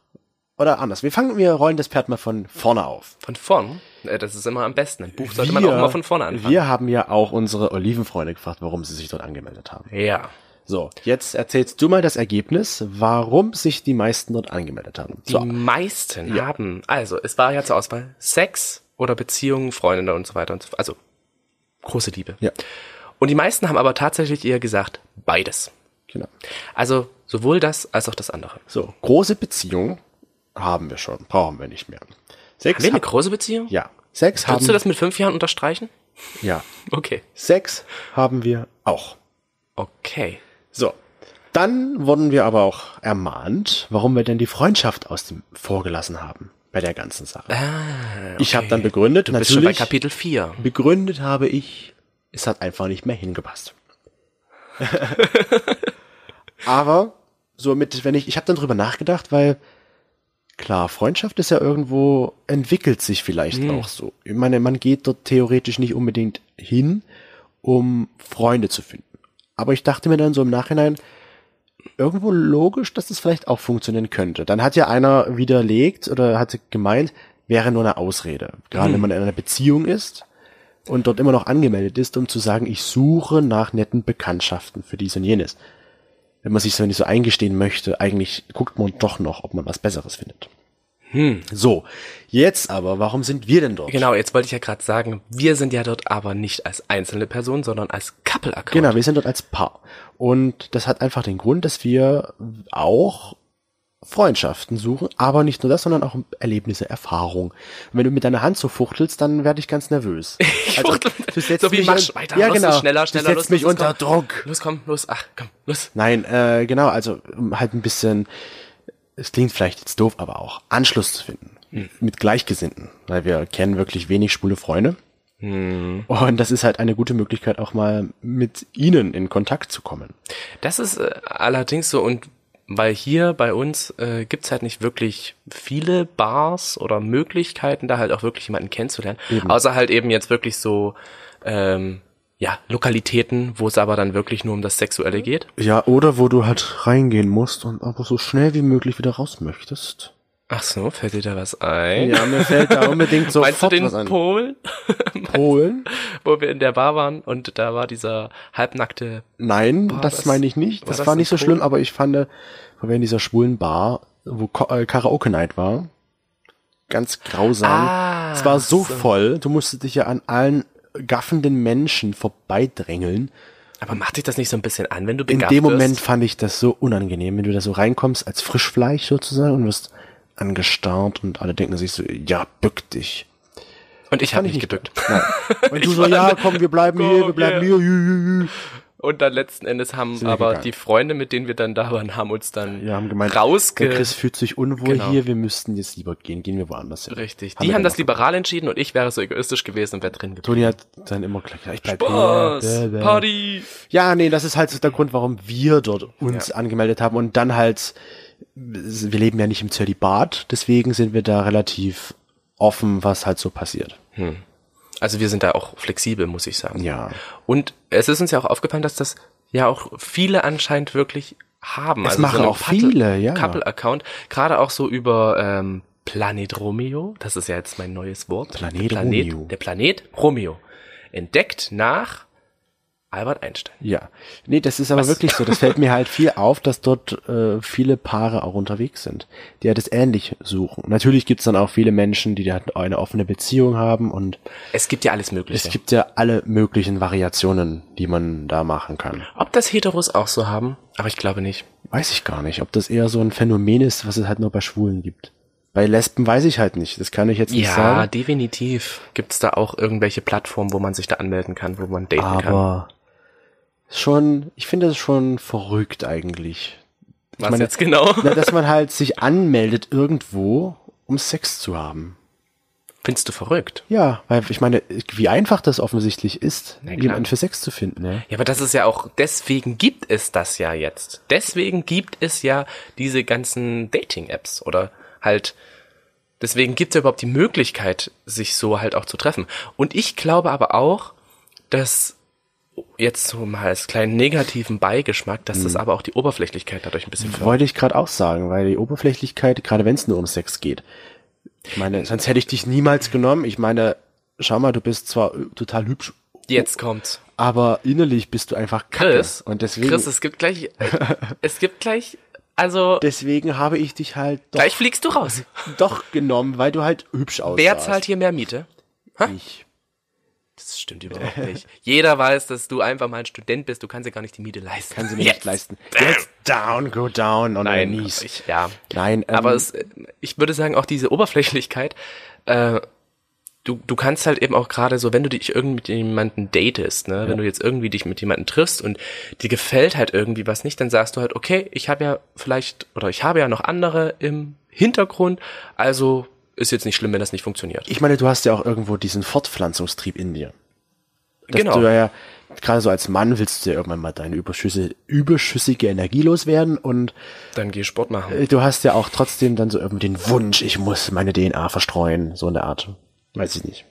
Speaker 3: oder anders, wir fangen, wir rollen das Pferd mal von vorne auf.
Speaker 2: Von vorn, äh, das ist immer am besten. Im Buch sollte
Speaker 3: wir,
Speaker 2: man auch immer von vorne anfangen.
Speaker 3: Wir haben ja auch unsere Olivenfreunde gefragt, warum sie sich dort angemeldet haben.
Speaker 2: Ja.
Speaker 3: So, jetzt erzählst du mal das Ergebnis, warum sich die meisten dort angemeldet haben.
Speaker 2: Die
Speaker 3: So,
Speaker 2: meisten haben, also es war ja zur Auswahl Sex oder Beziehungen, Freunde und so weiter und so fort. Also große Liebe.
Speaker 3: ja,
Speaker 2: Und die meisten haben aber tatsächlich eher gesagt, beides.
Speaker 3: genau.
Speaker 2: Also sowohl das als auch das andere.
Speaker 3: So, große Beziehung haben wir schon, brauchen wir nicht mehr. Sex
Speaker 2: Haben wir eine
Speaker 3: ha-
Speaker 2: große Beziehung?
Speaker 3: ja, Sex haben
Speaker 2: Würdest du das mit fünf Jahren unterstreichen?
Speaker 3: ja,
Speaker 2: Okay.
Speaker 3: Sex haben wir auch.
Speaker 2: Okay.
Speaker 3: So. Dann wurden wir aber auch ermahnt, warum wir denn die Freundschaft aus dem vorgelassen haben bei der ganzen Sache. Ich habe dann begründet,
Speaker 2: Ah, Bist schon bei
Speaker 3: natürlich
Speaker 2: Kapitel 4.
Speaker 3: begründet habe ich, es hat einfach nicht mehr hingepasst. aber somit, wenn ich, ich habe dann drüber nachgedacht, weil klar, Freundschaft ist ja irgendwo entwickelt sich vielleicht auch so. Ich meine, man geht dort theoretisch nicht unbedingt hin, um Freunde zu finden. Aber ich dachte mir dann so im Nachhinein, irgendwo logisch, dass das vielleicht auch funktionieren könnte. Dann hat ja einer widerlegt oder hatte gemeint, wäre nur eine Ausrede. Gerade wenn man in einer Beziehung ist und dort immer noch angemeldet ist, um zu sagen, ich suche nach netten Bekanntschaften für dies und jenes. Wenn man sich so nicht so eingestehen möchte, eigentlich guckt man doch noch, ob man was Besseres findet. So, jetzt aber, warum sind wir denn dort?
Speaker 2: Genau, jetzt wollte ich ja gerade sagen, wir sind ja dort aber nicht als einzelne Person, sondern als Couple-Account.
Speaker 3: Genau, wir sind dort als Paar. Und das hat einfach den Grund, dass wir auch Freundschaften suchen, aber nicht nur das, sondern auch Erlebnisse, Erfahrung. Und wenn du mit deiner Hand so fuchtelst, dann werde ich ganz nervös. Also, Ich
Speaker 2: fuchtel- so wie mach weiter,
Speaker 3: ja,
Speaker 2: los,
Speaker 3: genau,
Speaker 2: schneller, schneller,
Speaker 3: du
Speaker 2: los,
Speaker 3: setzt mich
Speaker 2: los,
Speaker 3: unter
Speaker 2: komm.
Speaker 3: Druck.
Speaker 2: Los, komm, los, ach, komm, los.
Speaker 3: Nein, äh, genau, also um halt ein bisschen, es klingt vielleicht jetzt doof, aber auch Anschluss zu finden.
Speaker 2: Hm.
Speaker 3: Mit Gleichgesinnten, weil wir kennen wirklich wenig schwule Freunde.
Speaker 2: Hm.
Speaker 3: Und das ist halt eine gute Möglichkeit, auch mal mit ihnen in Kontakt zu kommen.
Speaker 2: Das ist äh, allerdings so und weil hier bei uns äh, gibt's halt nicht wirklich viele Bars oder Möglichkeiten, da halt auch wirklich jemanden kennenzulernen. Außer halt eben jetzt wirklich so, ähm, ja, Lokalitäten, wo es aber dann wirklich nur um das
Speaker 3: Mhm.
Speaker 2: Sexuelle geht.
Speaker 3: Ja, oder wo du halt reingehen musst und aber so schnell wie möglich wieder raus möchtest.
Speaker 2: Ach so, fällt dir da was ein?
Speaker 3: Ja, mir fällt da unbedingt so
Speaker 2: Meinst du den
Speaker 3: was ein.
Speaker 2: Polen,
Speaker 3: Polen?
Speaker 2: wo wir in der Bar waren und da war dieser halbnackte
Speaker 3: Nein, das,
Speaker 2: das-
Speaker 3: meine ich nicht.
Speaker 2: war
Speaker 3: Das
Speaker 2: das
Speaker 3: war,
Speaker 2: in
Speaker 3: nicht so
Speaker 2: Polen?
Speaker 3: schlimm, aber ich fand, weil wir in dieser schwulen Bar, wo Ko äh, Karaoke Night war, ganz grausam.
Speaker 2: Ah,
Speaker 3: es war so, voll, du musstest dich ja an allen gaffenden Menschen vorbeidrängeln.
Speaker 2: Aber macht dich das nicht so ein bisschen an, wenn du
Speaker 3: In
Speaker 2: begabt
Speaker 3: dem Moment
Speaker 2: wirst?
Speaker 3: fand ich das so unangenehm, wenn du da so reinkommst als Frischfleisch sozusagen und wirst angestarrt und alle denken sich so, ja, bück dich.
Speaker 2: Und ich habe
Speaker 3: Fand
Speaker 2: nicht
Speaker 3: ich
Speaker 2: gebückt.
Speaker 3: Und du so, ja, komm, wir bleiben hier, wir bleiben hier. Jü, jü, jü.
Speaker 2: Und dann letzten Endes haben
Speaker 3: wir
Speaker 2: aber
Speaker 3: gegangen.
Speaker 2: die Freunde, mit denen wir dann da waren, haben uns dann
Speaker 3: Wir haben gemeint,
Speaker 2: rausge...
Speaker 3: der Chris fühlt sich unwohl
Speaker 2: Genau.
Speaker 3: hier, wir müssten jetzt lieber gehen, gehen wir woanders hin.
Speaker 2: Richtig.
Speaker 3: wir
Speaker 2: Die haben
Speaker 3: dann
Speaker 2: das
Speaker 3: auch
Speaker 2: liberal entschieden und ich wäre so egoistisch gewesen und wäre drin geblieben.
Speaker 3: Toni hat dann immer gleich gesagt, ich bleib
Speaker 2: Boss,
Speaker 3: hier. Bäh, bäh.
Speaker 2: Party!
Speaker 3: Ja, nee, das ist halt so der Grund, warum wir dort uns angemeldet haben und dann halt, wir leben ja nicht im Zölibat, deswegen sind wir da relativ offen, was halt so passiert.
Speaker 2: Also wir sind da auch flexibel, muss ich sagen.
Speaker 3: Ja.
Speaker 2: Und es ist uns ja auch aufgefallen, dass das ja auch viele anscheinend wirklich haben. Also Es
Speaker 3: machen auch viele, ja.
Speaker 2: Couple-Account, gerade auch so über ähm, Planet Romeo, das ist ja jetzt mein neues Wort.
Speaker 3: Planet
Speaker 2: der Planet,
Speaker 3: Romeo.
Speaker 2: Der Planet Romeo. Entdeckt nach Albert Einstein.
Speaker 3: Ja. Nee, das ist aber wirklich so. Das fällt mir halt viel auf, dass dort äh, viele Paare auch unterwegs sind, die halt das ähnlich suchen. Natürlich gibt's dann auch viele Menschen, die halt eine offene Beziehung haben und
Speaker 2: Es gibt ja alles Mögliche.
Speaker 3: es gibt ja alle möglichen Variationen, die man da machen kann.
Speaker 2: Ob das Heteros auch so haben, aber ich glaube nicht.
Speaker 3: Weiß ich gar nicht, ob das eher so ein Phänomen ist, was es halt nur bei Schwulen gibt. Bei Lesben weiß ich halt nicht. Das kann ich jetzt nicht
Speaker 2: Ja,
Speaker 3: sagen.
Speaker 2: definitiv. Gibt es da auch irgendwelche Plattformen, wo man sich da anmelden kann, wo man daten kann?
Speaker 3: Aber schon, ich finde das schon verrückt eigentlich.
Speaker 2: Was
Speaker 3: meine-
Speaker 2: jetzt genau?
Speaker 3: Na, dass man halt sich anmeldet irgendwo, um Sex zu haben.
Speaker 2: Findest du verrückt?
Speaker 3: Ja, weil ich meine, wie einfach das offensichtlich ist,
Speaker 2: Na klar.
Speaker 3: jemanden für Sex zu finden. Ja.
Speaker 2: Ja, aber das ist ja auch, deswegen gibt es das ja jetzt. Deswegen gibt es ja diese ganzen Dating-Apps oder halt, deswegen gibt es ja überhaupt die Möglichkeit, sich so halt auch zu treffen. Und ich glaube aber auch, dass jetzt so mal als kleinen negativen Beigeschmack, dass
Speaker 3: Mhm.
Speaker 2: das aber auch die Oberflächlichkeit dadurch ein bisschen fördert.
Speaker 3: Wollte ich gerade auch sagen, weil die Oberflächlichkeit, gerade wenn es nur um Sex geht, ich meine, sonst hätte ich dich niemals genommen. Ich meine, schau mal, du bist zwar äh, total hübsch,
Speaker 2: Jetzt kommt's.
Speaker 3: aber innerlich bist du einfach kacke.
Speaker 2: Chris,
Speaker 3: Und deswegen,
Speaker 2: Chris, es gibt gleich, es gibt gleich, also
Speaker 3: deswegen habe ich dich halt doch,
Speaker 2: gleich fliegst du raus.
Speaker 3: doch genommen, weil du halt hübsch aussahst.
Speaker 2: Wer zahlt hier mehr Miete?
Speaker 3: Ich.
Speaker 2: Das stimmt überhaupt nicht. Jeder weiß, dass du einfach mal ein Student bist. Du kannst dir gar nicht die Miete leisten.
Speaker 3: Kann sie mir
Speaker 2: Jetzt.
Speaker 3: nicht leisten. Jetzt down, go down. Und
Speaker 2: Nein,
Speaker 3: mies.
Speaker 2: ich, ja.
Speaker 3: Nein, ähm,
Speaker 2: Aber es, äh, ich würde sagen, auch diese Oberflächlichkeit, äh, du, du kannst halt eben auch gerade so, wenn du dich irgendwie mit jemanden datest, ne, wenn du jetzt irgendwie dich mit jemanden triffst und dir gefällt halt irgendwie was nicht, dann sagst du halt, okay, ich habe ja vielleicht, oder ich habe ja noch andere im Hintergrund, also ist jetzt nicht schlimm, wenn das nicht funktioniert.
Speaker 3: ich meine, du hast ja auch irgendwo diesen Fortpflanzungstrieb in dir. Dass
Speaker 2: Genau.
Speaker 3: du ja, gerade so als Mann willst du ja irgendwann mal deine Überschüsse, überschüssige Energie loswerden und
Speaker 2: Dann geh Sport machen.
Speaker 3: äh, du hast ja auch trotzdem dann so irgendwie den Wunsch, ich muss meine DNA verstreuen, so in der Art. Weiß ich nicht.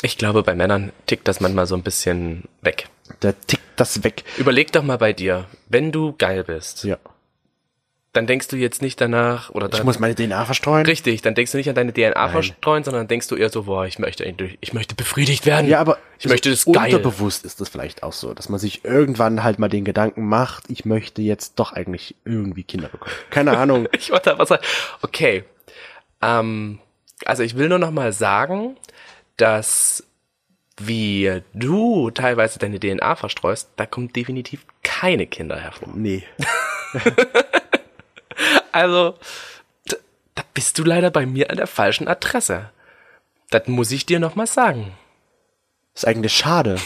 Speaker 2: Ich glaube, bei Männern tickt das manchmal so ein bisschen weg.
Speaker 3: Da tickt das weg.
Speaker 2: Überleg doch mal bei dir, wenn du geil bist,
Speaker 3: Ja.
Speaker 2: dann denkst du jetzt nicht danach oder
Speaker 3: Ich
Speaker 2: dann,
Speaker 3: muss meine DNA verstreuen.
Speaker 2: richtig, dann denkst du nicht an deine DNA verstreuen, sondern denkst du eher so, boah, ich möchte endlich- ich möchte befriedigt werden.
Speaker 3: Ja, aber
Speaker 2: ich möchte das geil.
Speaker 3: unterbewusst ist das vielleicht auch so, dass man sich irgendwann halt mal den Gedanken macht, ich möchte jetzt doch eigentlich irgendwie Kinder bekommen. Keine Ahnung.
Speaker 2: Ich wollte aber sagen, okay. Ähm, also ich will nur noch mal sagen, dass wie du teilweise deine DNA verstreust, da kommen definitiv keine Kinder hervor.
Speaker 3: Nee.
Speaker 2: Also, da, da bist du leider bei mir an der falschen Adresse. Das muss ich dir nochmal sagen.
Speaker 3: Ist eigentlich schade.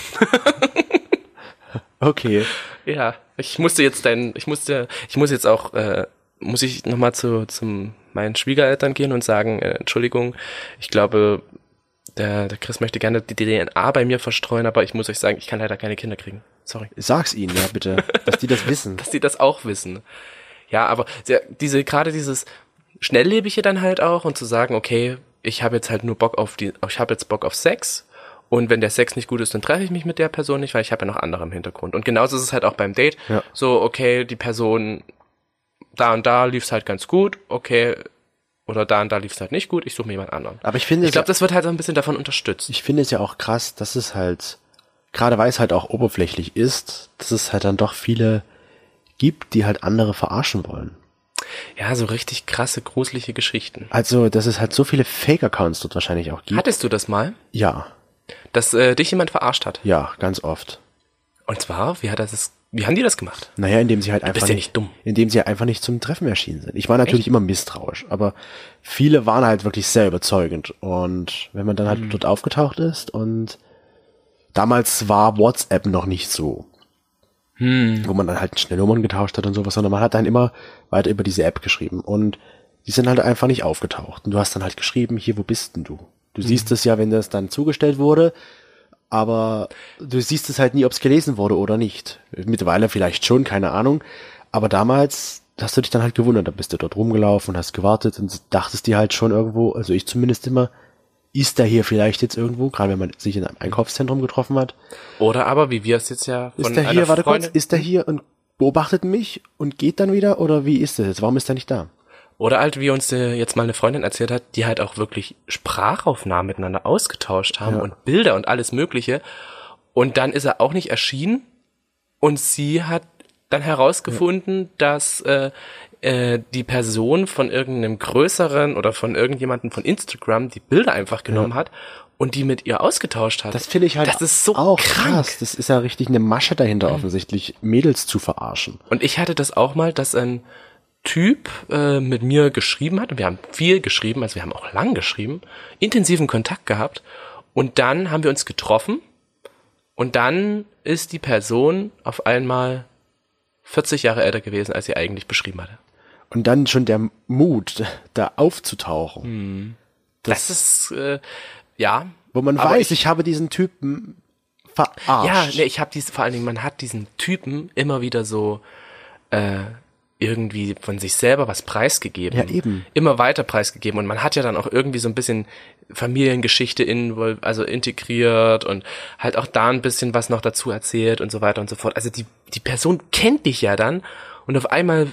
Speaker 3: okay.
Speaker 2: Ja, ich musste jetzt dein, ich musste, ich muss jetzt auch, äh, muss ich nochmal zu zum meinen Schwiegereltern gehen und sagen, äh, Entschuldigung, ich glaube, der, der Chris möchte gerne die DNA bei mir verstreuen, aber ich muss euch sagen, ich kann leider keine Kinder kriegen. Sorry.
Speaker 3: Sag's ihnen, ja, bitte, dass die das wissen.
Speaker 2: dass die das auch wissen. Ja, aber sehr- diese gerade dieses schnelllebige dann halt auch und zu sagen, okay, ich habe jetzt halt nur Bock auf die, ich habe jetzt Bock auf Sex und wenn der Sex nicht gut ist, dann treffe ich mich mit der Person nicht, weil ich habe ja noch andere im Hintergrund. Und genauso ist es halt auch beim Date.
Speaker 3: Ja.
Speaker 2: So, okay, die Person da und da lief es halt ganz gut, okay, oder da und da lief es halt nicht gut, ich suche mir jemand anderen.
Speaker 3: Aber ich finde,
Speaker 2: Ich glaube,
Speaker 3: es,
Speaker 2: das wird halt so ein bisschen davon unterstützt.
Speaker 3: ich finde es ja auch krass, dass es halt, gerade weil es halt auch oberflächlich ist, dass es halt dann doch viele gibt, die halt andere verarschen wollen.
Speaker 2: Ja, so richtig krasse, gruselige Geschichten.
Speaker 3: Also, dass es halt so viele Fake-Accounts dort wahrscheinlich auch gibt.
Speaker 2: Hattest du das mal,
Speaker 3: ja,
Speaker 2: dass äh, dich jemand verarscht hat?
Speaker 3: ja, ganz oft.
Speaker 2: Und zwar, wie hat er das, wie haben die das gemacht?
Speaker 3: Naja, indem sie halt einfach
Speaker 2: bist ja nicht dumm.
Speaker 3: indem sie einfach nicht zum Treffen erschienen sind. Ich war natürlich immer misstrauisch, aber viele waren halt wirklich sehr überzeugend. Und wenn man dann
Speaker 2: Hm.
Speaker 3: halt dort aufgetaucht ist und damals war WhatsApp noch nicht so,
Speaker 2: Hm.
Speaker 3: wo man dann halt schnell Nummern getauscht hat und sowas, sondern man hat dann immer weiter über diese App geschrieben und die sind halt einfach nicht aufgetaucht. Und du hast dann halt geschrieben, hier, wo bist denn du? Du
Speaker 2: Hm.
Speaker 3: siehst es ja, wenn das dann zugestellt wurde, aber du siehst es halt nie, ob es gelesen wurde oder nicht. Mittlerweile vielleicht schon, keine Ahnung. Aber damals hast du dich dann halt gewundert, da bist du dort rumgelaufen und hast gewartet und dachtest dir halt schon irgendwo, also ich zumindest immer, ist der hier vielleicht jetzt irgendwo, gerade wenn man sich in einem Einkaufszentrum getroffen hat,
Speaker 2: Oder aber, wie wir es jetzt ja von
Speaker 3: ist der
Speaker 2: einer
Speaker 3: hier, warte kurz,
Speaker 2: Freundin,
Speaker 3: ist der hier und beobachtet mich und geht dann wieder oder wie ist das jetzt? Warum ist er nicht da?
Speaker 2: oder halt, wie uns äh, jetzt mal eine Freundin erzählt hat, die halt auch wirklich Sprachaufnahmen miteinander ausgetauscht haben und Bilder und alles Mögliche. Und dann ist er auch nicht erschienen Und sie hat dann herausgefunden, dass äh, äh, die Person von irgendeinem größeren oder von irgendjemandem von Instagram die Bilder einfach genommen hat und die mit ihr ausgetauscht hat.
Speaker 3: Das finde ich halt
Speaker 2: Das ist so
Speaker 3: auch
Speaker 2: krank.
Speaker 3: krass. Mhm. Das ist ja richtig eine Masche dahinter offensichtlich, Mädels zu verarschen.
Speaker 2: Und ich hatte das auch mal, dass ein Typ äh, mit mir geschrieben hat, und wir haben viel geschrieben, also wir haben auch lang geschrieben, intensiven Kontakt gehabt. Und dann haben wir uns getroffen und dann ist die Person auf einmal 40 Jahre älter gewesen, als sie eigentlich beschrieben hatte.
Speaker 3: Und dann schon der Mut, da aufzutauchen,
Speaker 2: Das, ist, äh, ja.
Speaker 3: wo man
Speaker 2: Aber
Speaker 3: weiß,
Speaker 2: ich-
Speaker 3: ich, habe diesen Typen verarscht.
Speaker 2: Ja, nee, ich habe dies vor allen Dingen, man hat diesen Typen immer wieder so äh, irgendwie von sich selber was preisgegeben.
Speaker 3: Ja, eben.
Speaker 2: Immer weiter preisgegeben und man hat ja dann auch irgendwie so ein bisschen Familiengeschichte invol- also integriert und halt auch da ein bisschen was noch dazu erzählt und so weiter und so fort. Also die die Person kennt dich ja dann und auf einmal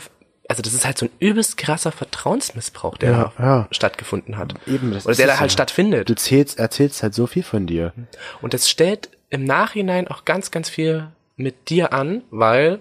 Speaker 2: also das ist halt so ein übelst krasser Vertrauensmissbrauch, der
Speaker 3: Ja,
Speaker 2: da
Speaker 3: ja.
Speaker 2: stattgefunden hat.
Speaker 3: Eben, das
Speaker 2: Oder
Speaker 3: ist
Speaker 2: der da
Speaker 3: es
Speaker 2: halt
Speaker 3: ja.
Speaker 2: stattfindet.
Speaker 3: Du erzählst, erzählst halt so viel von dir.
Speaker 2: Und das stellt im Nachhinein auch ganz, ganz viel mit dir an, weil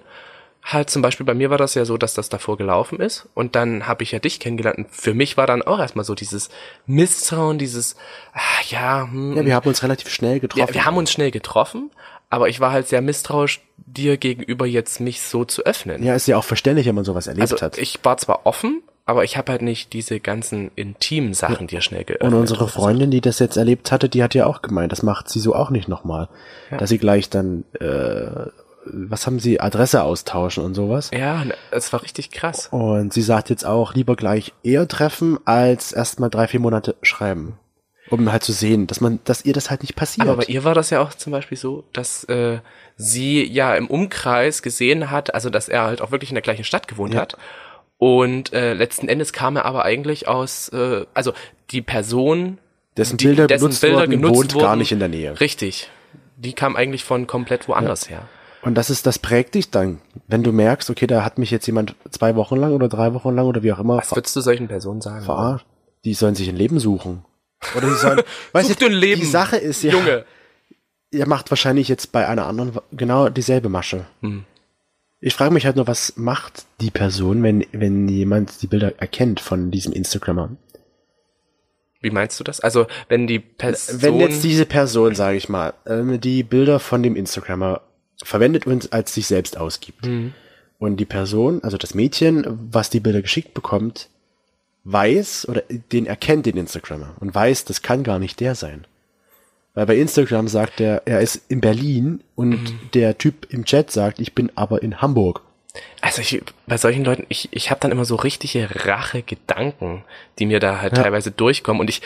Speaker 2: halt zum Beispiel bei mir war das ja so, dass das davor gelaufen ist und dann habe ich ja dich kennengelernt und für mich war dann auch erstmal so dieses Misstrauen, dieses, ah, ja, hm,
Speaker 3: Ja, wir haben uns relativ schnell getroffen.
Speaker 2: ja, wir haben uns schnell getroffen, aber ich war halt sehr misstrauisch dir gegenüber jetzt mich so zu öffnen.
Speaker 3: ja, ist ja auch verständlich, wenn man sowas erlebt
Speaker 2: also
Speaker 3: hat.
Speaker 2: ich war zwar offen, aber ich habe halt nicht diese ganzen intimen Sachen dir schnell geöffnet.
Speaker 3: Und unsere Freundin, die das jetzt erlebt hatte, die hat ja auch gemeint, das macht sie so auch nicht nochmal. Dass sie gleich dann, äh, was haben sie, Adresse austauschen und sowas.
Speaker 2: ja, es war richtig krass.
Speaker 3: Und sie sagt jetzt auch, lieber gleich eher treffen, als erstmal drei, vier Monate schreiben. Um halt zu sehen, dass man, dass ihr das halt nicht passiert.
Speaker 2: Aber bei ihr war das ja auch zum Beispiel so, dass äh, sie ja im Umkreis gesehen hat, also dass er halt auch wirklich in der gleichen Stadt gewohnt hat. Und äh, letzten Endes kam er aber eigentlich aus, äh, also die Person,
Speaker 3: Dessen
Speaker 2: die,
Speaker 3: Bilder
Speaker 2: dessen
Speaker 3: benutzt
Speaker 2: Bilder
Speaker 3: wurden,
Speaker 2: genutzt
Speaker 3: wohnt
Speaker 2: wurden,
Speaker 3: gar nicht in der Nähe.
Speaker 2: Richtig. Die kam eigentlich von komplett woanders her.
Speaker 3: Und das ist, das prägt dich dann. Wenn du merkst, okay, da hat mich jetzt jemand zwei Wochen lang oder drei Wochen lang oder wie auch immer
Speaker 2: Was würdest du solchen Personen sagen?
Speaker 3: verarscht. Die sollen sich ein Leben suchen. Oder die sollen, weißt
Speaker 2: Such dir ein Leben,
Speaker 3: die Sache ist ja,
Speaker 2: Junge.
Speaker 3: ihr macht wahrscheinlich jetzt bei einer anderen wa- genau dieselbe Masche.
Speaker 2: Hm.
Speaker 3: Ich frage mich halt nur, was macht die Person, wenn, wenn jemand die Bilder erkennt von diesem Instagrammer?
Speaker 2: Wie meinst du das? Also, wenn die Person...
Speaker 3: Wenn jetzt diese Person, sage ich mal, ähm, die Bilder von dem Instagrammer verwendet und als sich selbst ausgibt. Und die Person, also das Mädchen, was die Bilder geschickt bekommt, weiß oder den erkennt den Instagrammer und weiß, das kann gar nicht der sein. Weil bei Instagram sagt er, er ist in Berlin und der Typ im Chat sagt, ich bin aber in Hamburg.
Speaker 2: Also ich, bei solchen Leuten, ich, ich habe dann immer so richtige Rache-Gedanken, die mir da halt teilweise durchkommen. Und ich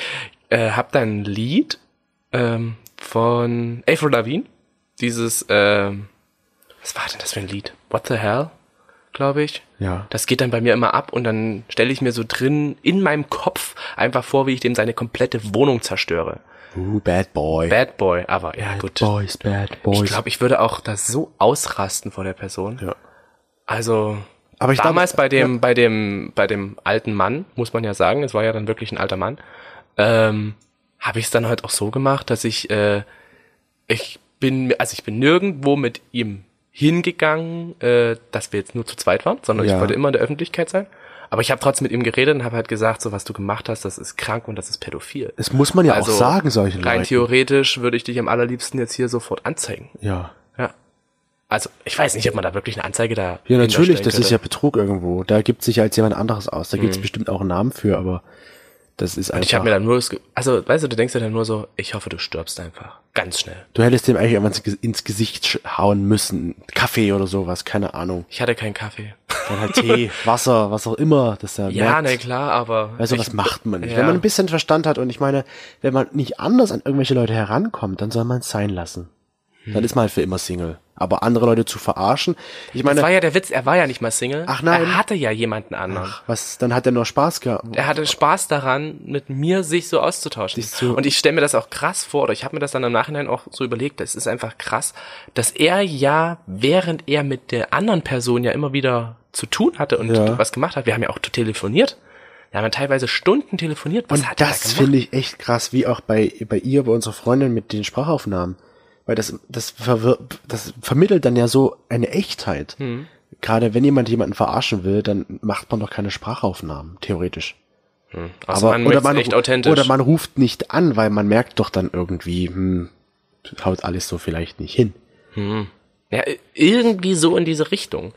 Speaker 2: äh, habe da ein Lied ähm, von Avril Lavigne. Dieses, ähm, was war denn das für ein Lied? What the hell, glaube ich.
Speaker 3: Ja.
Speaker 2: Das geht dann bei mir immer ab und dann stelle ich mir so drin in meinem Kopf einfach vor, wie ich dem seine komplette Wohnung zerstöre.
Speaker 3: Ooh, bad boy.
Speaker 2: Bad Boy, aber ja gut.
Speaker 3: boys, bad boys.
Speaker 2: Ich glaube, ich würde auch da so ausrasten vor der Person.
Speaker 3: Ja.
Speaker 2: Also
Speaker 3: Aber ich
Speaker 2: damals
Speaker 3: glaub-
Speaker 2: bei dem, bei dem, bei dem alten Mann, muss man ja sagen, es war ja dann wirklich ein alter Mann, ähm, habe ich es dann halt auch so gemacht, dass ich, äh, ich bin, also ich bin nirgendwo mit ihm hingegangen, äh, dass wir jetzt nur zu zweit waren, sondern ich
Speaker 3: Ja.
Speaker 2: wollte immer in der Öffentlichkeit sein. Aber ich habe trotzdem mit ihm geredet und habe halt gesagt, so was du gemacht hast, das ist krank und das ist pädophil.
Speaker 3: das muss man ja auch sagen, solchen
Speaker 2: Also rein
Speaker 3: Leuten.
Speaker 2: theoretisch würde ich dich am allerliebsten jetzt hier sofort anzeigen.
Speaker 3: Ja.
Speaker 2: Ja. Also, ich weiß nicht, ob man da wirklich eine Anzeige da.
Speaker 3: Ja, natürlich,
Speaker 2: hinterstellen
Speaker 3: das ist ja
Speaker 2: könnte.
Speaker 3: Betrug irgendwo. Da gibt sich als jemand anderes aus. Da gibt's bestimmt auch einen Namen für, aber das ist einfach.
Speaker 2: Mhm. Ich habe mir dann nur das. Ge also, weißt du, du denkst dir dann nur so, ich hoffe, du stirbst einfach. Ganz schnell.
Speaker 3: du hättest dem eigentlich irgendwann ins Ge- ins Gesicht sch- hauen müssen. Kaffee oder sowas, keine Ahnung.
Speaker 2: Ich hatte keinen Kaffee.
Speaker 3: Dann halt Tee, Wasser, was auch immer. Dass er
Speaker 2: Ja,
Speaker 3: merkt,
Speaker 2: na klar, aber.
Speaker 3: Also
Speaker 2: ich-
Speaker 3: was macht man nicht?
Speaker 2: Ja.
Speaker 3: Wenn man ein bisschen Verstand hat und ich meine, wenn man nicht anders an irgendwelche Leute herankommt, dann soll man es sein lassen.
Speaker 2: Hm.
Speaker 3: Dann ist man halt für immer Single. Aber andere Leute zu verarschen, ich
Speaker 2: Das war
Speaker 3: meine,
Speaker 2: ja der Witz, er war ja nicht mal Single.
Speaker 3: Ach nein.
Speaker 2: Er hatte ja jemanden anderen.
Speaker 3: was, dann hat er nur Spaß gehabt.
Speaker 2: Er hatte Spaß daran, mit mir sich so auszutauschen.
Speaker 3: Dich zu-
Speaker 2: und ich stelle mir das auch krass vor, oder ich habe mir das dann im Nachhinein auch so überlegt, das ist einfach krass, dass er ja, während er mit der anderen Person ja immer wieder zu tun hatte und
Speaker 3: Ja.
Speaker 2: was gemacht hat, wir haben ja auch telefoniert. Wir haben ja teilweise Stunden telefoniert. Was
Speaker 3: Und
Speaker 2: hat er da
Speaker 3: das
Speaker 2: gemacht?
Speaker 3: finde ich echt krass, wie auch bei, bei ihr, bei unserer Freundin mit den Sprachaufnahmen. Weil das, das, verwir das vermittelt dann ja so eine Echtheit.
Speaker 2: Hm.
Speaker 3: Gerade wenn jemand jemanden verarschen will, dann macht man doch keine Sprachaufnahmen, theoretisch.
Speaker 2: Also man
Speaker 3: oder,
Speaker 2: möchte es echt authentisch.
Speaker 3: oder man ruft nicht an, weil man merkt doch dann irgendwie, hm, haut alles so vielleicht nicht hin.
Speaker 2: Ja, irgendwie so in diese Richtung.